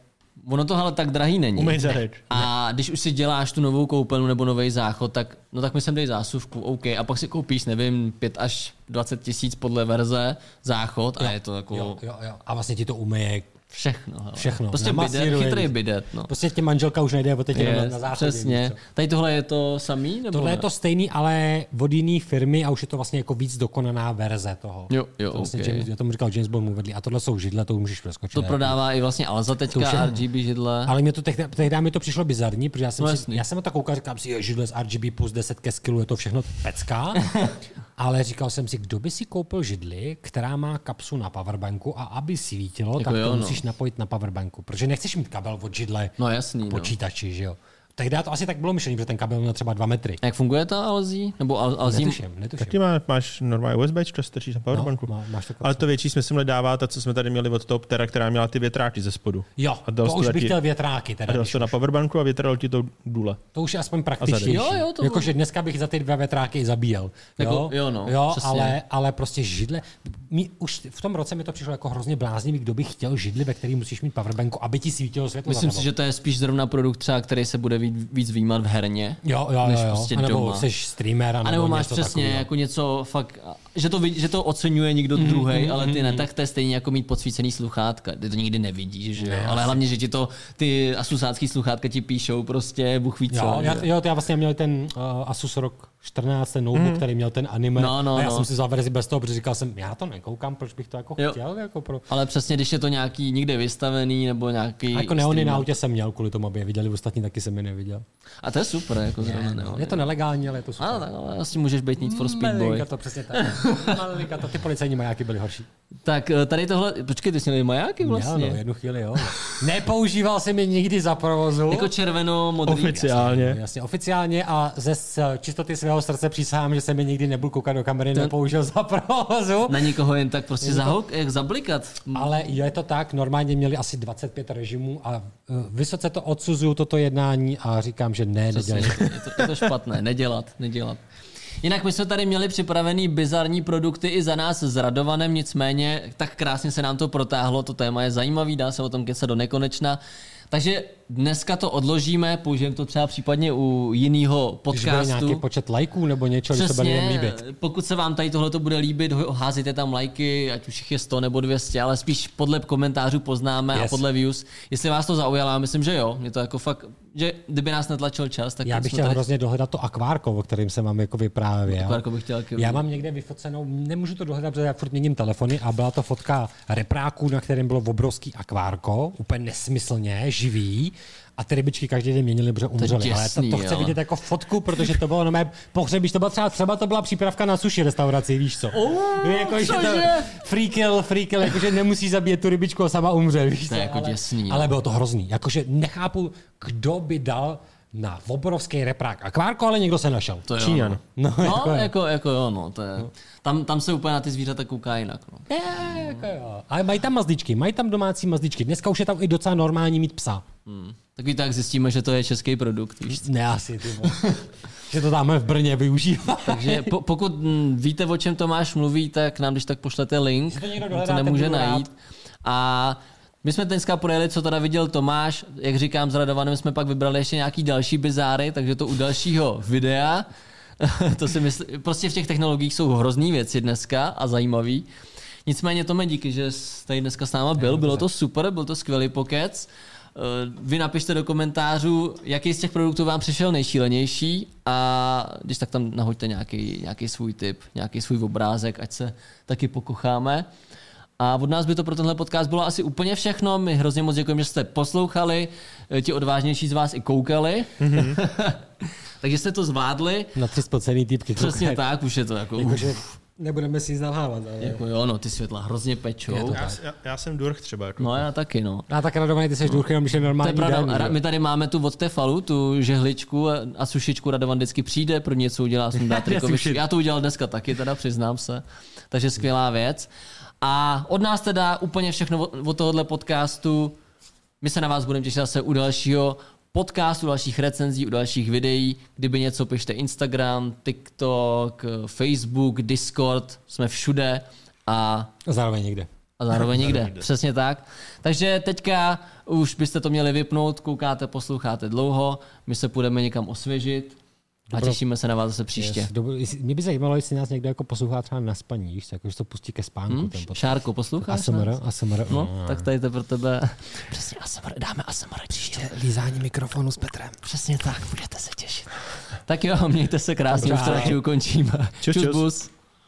Speaker 1: Ono to ale tak drahý není.
Speaker 3: Uměj zahrát.
Speaker 1: A když už si děláš tu novou koupelnu nebo nový záchod, tak no tak mi sem dej zásuvku, OK. A pak si koupíš, nevím, 5 až 20 tisíc podle verze záchod a je to jako
Speaker 2: jo, jo, jo. a vlastně ti to umeje
Speaker 1: všechno. Hele.
Speaker 2: Všechno.
Speaker 1: Prostě bidet,
Speaker 2: Namasíruje.
Speaker 1: chytrý bidet. No.
Speaker 2: Prostě tě manželka už nejde o teď yes, Prostě na, na záchodě. víš
Speaker 1: přesně.
Speaker 2: co.
Speaker 1: Tady tohle je to samý? Nebo
Speaker 2: Tohle
Speaker 1: ne?
Speaker 2: je to stejný, ale od jiný firmy a už je to vlastně jako víc dokonaná verze toho.
Speaker 1: Jo, jo,
Speaker 2: to vlastně
Speaker 1: okay.
Speaker 2: James, já tomu říkal James Bond uvedli. A tohle jsou židle, to už můžeš preskočit.
Speaker 1: to
Speaker 2: ne?
Speaker 1: prodává i vlastně Alza teďka,
Speaker 2: je-
Speaker 1: RGB židle.
Speaker 2: Ale mě to tehdy, tehdy mi to přišlo bizarní, protože já jsem,
Speaker 1: No
Speaker 2: no, si,
Speaker 1: jasný.
Speaker 2: já jsem na to koukal, říkám si, že židle z RGB plus 10 ke skillu, je to všechno
Speaker 1: (laughs)
Speaker 2: pecká. ale říkal jsem si, kdo by si koupil židli, která má kapsu na powerbanku a aby svítilo, jako tak
Speaker 1: jo,
Speaker 2: jo,
Speaker 1: no.
Speaker 2: to musíš napojit na powerbanku, protože nechceš mít kabel od židle
Speaker 1: No jasný, no.
Speaker 2: počítači, že jo. Tehdy to asi tak bylo myšlení, protože ten kabel měl třeba 2 metry.
Speaker 1: Jak funguje ta Alzí? Nebo Al- Alzí?
Speaker 2: Netuším, netuším.
Speaker 3: Taky má, máš normální USB, strčíš na powerbanku.
Speaker 2: No, má- máš to
Speaker 3: Ale to větší smysl mi dává ta, co jsme tady měli od toho ptera, která měla ty větráky ze spodu.
Speaker 2: Jo,
Speaker 3: a dal
Speaker 2: to
Speaker 3: jsi
Speaker 2: už
Speaker 3: taky-
Speaker 2: bych chtěl větráky
Speaker 3: A
Speaker 2: teda.
Speaker 3: dal
Speaker 2: když-
Speaker 3: jsi to na powerbanku a větral ti to důle.
Speaker 2: To už je aspoň praktičtější.
Speaker 1: Jo, jo, to-
Speaker 2: Jakože dneska bych za ty dva větráky i zabíjel.
Speaker 1: Jako-
Speaker 2: Jo,
Speaker 1: jo, no,
Speaker 2: jo
Speaker 1: přesně.
Speaker 2: ale, ale prostě židle. Mí, už v tom roce mi to přišlo jako hrozně bláznivý, kdo by chtěl židli, ve který musíš mít powerbanku, aby ti svítilo světlo.
Speaker 1: Myslím
Speaker 2: za
Speaker 1: si,
Speaker 2: tebou.
Speaker 1: že to je spíš zrovna produkt třeba, který se bude víc, víc výjímat v herně.
Speaker 2: Jo, jo,
Speaker 1: než
Speaker 2: jo, jo.
Speaker 1: prostě
Speaker 2: a nebo
Speaker 1: doma.
Speaker 2: jsi streamer, a
Speaker 1: A nebo máš
Speaker 2: něco
Speaker 1: přesně
Speaker 2: takového.
Speaker 1: jako něco fakt, že to, vid- že to oceňuje někdo
Speaker 2: Mm-hmm,
Speaker 1: mm, druhý, ale ty ne, tak to je stejně jako mít podsvícený sluchátka. Ty to nikdy nevidíš, že jo? Ale hlavně, že ti to, ty asusácký sluchátka ti píšou prostě, Bůh ví co.
Speaker 2: Jo,
Speaker 1: že
Speaker 2: já, jo, to já vlastně měl ten uh, Asus ROG 14, ten notebook, hmm. který měl ten anime.
Speaker 1: Mhm. No, no,
Speaker 2: a já
Speaker 1: no.
Speaker 2: jsem si vzal verzi bez toho, protože říkal jsem, já to nekoukám, proč bych to jako
Speaker 1: Jo.
Speaker 2: chtěl. Jako pro...
Speaker 1: Ale přesně, když je to nějaký někde vystavený nebo nějaký...
Speaker 2: A jako neony na
Speaker 1: stream-
Speaker 2: autě jsem měl kvůli tomu, aby je viděli, ostatní taky jsem je neviděl.
Speaker 1: A to je super, jako zrovna neon.
Speaker 2: Je to nelegální, ale je to super.
Speaker 1: Ano, tak, ale asi můžeš být Need for Speed Boy.
Speaker 2: Malinka to
Speaker 1: (laughs)
Speaker 2: přesně tak. Malinka to, ty policejní majáky byly horší.
Speaker 1: Tak eh, tady tohle, počkej, ty jsi měl i majáky
Speaker 2: Vlastně.
Speaker 1: vlastně.
Speaker 2: Měl, no, jednu chvíli, jo. Nepoužíval jsem je nikdy za provozu.
Speaker 1: Jako červeno, modrý.
Speaker 3: Oficiálně.
Speaker 2: Jasně, oficiálně a ze s- čistoty svého srdce přísahám, že jsem je nikdy nebudu koukat do kamery, nepoužil za provozu.
Speaker 1: Na nikoho jen tak prostě zahok, jak zablikat.
Speaker 2: Ale je to tak, normálně měli asi 25 režimů a eh, vysoce to odsuzuju toto jednání a říkám, že ne,
Speaker 1: Přesně,
Speaker 2: nedělej.
Speaker 1: je, to, je to špatné, nedělat, nedělat. Jinak my jsme tady měli připravený bizarní produkty i za nás s Radovanem, nicméně tak krásně se nám to protáhlo, to téma je zajímavý, dá se o tom kecat do nekonečna. Takže dneska to odložíme, použijeme to třeba případně u jiného
Speaker 2: Když bude nějaký
Speaker 1: podcastu.
Speaker 2: počet lajků nebo něco, když se bude lidem
Speaker 1: Přesně,
Speaker 2: líbit.
Speaker 1: pokud se vám tady tohle bude líbit, ho- házíte tam lajky, ať už jich je 100 nebo 200, ale spíš podle komentářů poznáme yes. a
Speaker 2: Yes.
Speaker 1: podle views. Jestli vás to zaujalo, já myslím, že jo. Je to jako fakt, že kdyby nás netlačil čas, tak
Speaker 2: Já bych chtěl hrozně dohledat to akvárko, o kterém jsem vám jako vyprávěl.
Speaker 1: Akvárko bych chtěl taky
Speaker 2: Já mám někde vyfocenou, nemůžu to dohledat, protože já furt měním telefony a byla to fotka repráku, na kterém bylo obrovský akvárko, úplně nesmyslně, živý. A ty rybičky každý den měnily, protože umřely. Ale to,
Speaker 1: děsný,
Speaker 2: to chce
Speaker 1: jo.
Speaker 2: vidět jako fotku, protože to bylo no mé pohřebiš, to byla třeba, třeba to byla přípravka na suši restauraci, víš co?
Speaker 1: Oh,
Speaker 2: jako, že to,
Speaker 1: cože?
Speaker 2: free kill, free kill, jakože nemusí zabít tu rybičku a sama umře, víš
Speaker 1: To je jako
Speaker 2: ale,
Speaker 1: děsný, no.
Speaker 2: ale bylo to hrozný. Jakože nechápu, kdo by dal na obrovský reprák akvárko, ale někdo se našel.
Speaker 1: To jo,
Speaker 3: Číňan.
Speaker 1: No.
Speaker 2: No,
Speaker 1: No, jako,
Speaker 2: jako jo.
Speaker 1: jako, jako jo, no, to je. Tam, tam se úplně na ty zvířata kouká jinak. No.
Speaker 2: Je, jako jo. Ale mají tam mazdičky, mají tam domácí mazdičky. Dneska už je tam i docela normální mít psa.
Speaker 1: Hmm. Tak víte, tak zjistíme, že to je český produkt. Víš?
Speaker 2: Ne asi, ty
Speaker 1: (laughs)
Speaker 2: vole. Že to tam v Brně využívá.
Speaker 1: Takže po, pokud mm, víte, o čem Tomáš mluví, tak nám když tak pošlete link,
Speaker 2: to někdo
Speaker 1: on to
Speaker 2: dohledá, tak
Speaker 1: nemůže
Speaker 2: budu rád.
Speaker 1: najít. A my jsme dneska projeli, co teda viděl Tomáš, jak říkám, s Radovanem jsme pak vybrali ještě nějaký další bizáry, takže to u dalšího videa. (laughs) to si mysl... Prostě v těch technologiích jsou hrozný věci dneska a zajímavý. Nicméně Tome, díky, že jsi tady dneska s náma byl, bylo to super, byl to skvělý pokec. Eh, Vy napište do komentářů, jaký z těch produktů vám přišel nejšílenější a když tak tam nahoďte nějaký, nějaký svůj tip, nějaký svůj obrázek, ať se taky pokocháme. A od nás by to pro tenhle podcast bylo asi úplně všechno. My hrozně moc děkujeme, že jste poslouchali, eh, ti odvážnější z vás i koukali. (laughs) Takže jste to zvládli.
Speaker 2: Na tři spocený týpky.
Speaker 1: Přesně tak, už je to jako... Jakože...
Speaker 2: Jakože nebudeme si nic nalhávat. Ale...
Speaker 1: Jako jo, no, ty světla hrozně pečou.
Speaker 3: Já, já, já jsem Durch třeba. Jako.
Speaker 1: No já taky, no.
Speaker 2: A tak radovaný, ty jsi důch, jenom když je
Speaker 1: To je
Speaker 2: normální
Speaker 1: pravda.
Speaker 2: den,
Speaker 1: Ra-
Speaker 2: že?
Speaker 1: My tady máme tu od Tefalu, tu žehličku a- a sušičku. Radovan vždycky přijde, pro něco udělá,
Speaker 2: (laughs)
Speaker 1: sundá trikovič. Já to udělal dneska taky, teda přiznám se. Takže skvělá věc. A od nás teda úplně všechno od- od tohohle podcastu. My se na vás budeme těšit zase u dalšího podcastu, u dalších recenzí, u dalších videí. Kdyby něco, pište Instagram, TikTok, eh, Facebook, Discord, jsme všude. A
Speaker 2: Zároveň někde.
Speaker 1: (laughs) a zároveň nikde. Přesně tak. Takže teďka už byste to měli vypnout, koukáte, posloucháte dlouho, my se půjdeme někam osvěžit a těšíme se na vás zase příště.
Speaker 2: Yes. Dobro, jestli- mě by zajímalo, jestli nás někdo jako poslouchá třeba na spaní, víš, co, jako, že to pustí ke spánku. Hmm? Ten podcast.
Speaker 1: Šárko, posloucháš
Speaker 2: ASMR,
Speaker 1: nás?
Speaker 2: ASMR.
Speaker 1: Hm? No, tak tady to pro tebe. Přesně ASMR, dáme ASMR příště.
Speaker 2: Lízání mikrofonu s Petrem.
Speaker 1: Přesně tak, budete se těšit. Tak jo, mějte se krásně, už to radši ukončíme.
Speaker 3: Čus, čus.
Speaker 1: bus.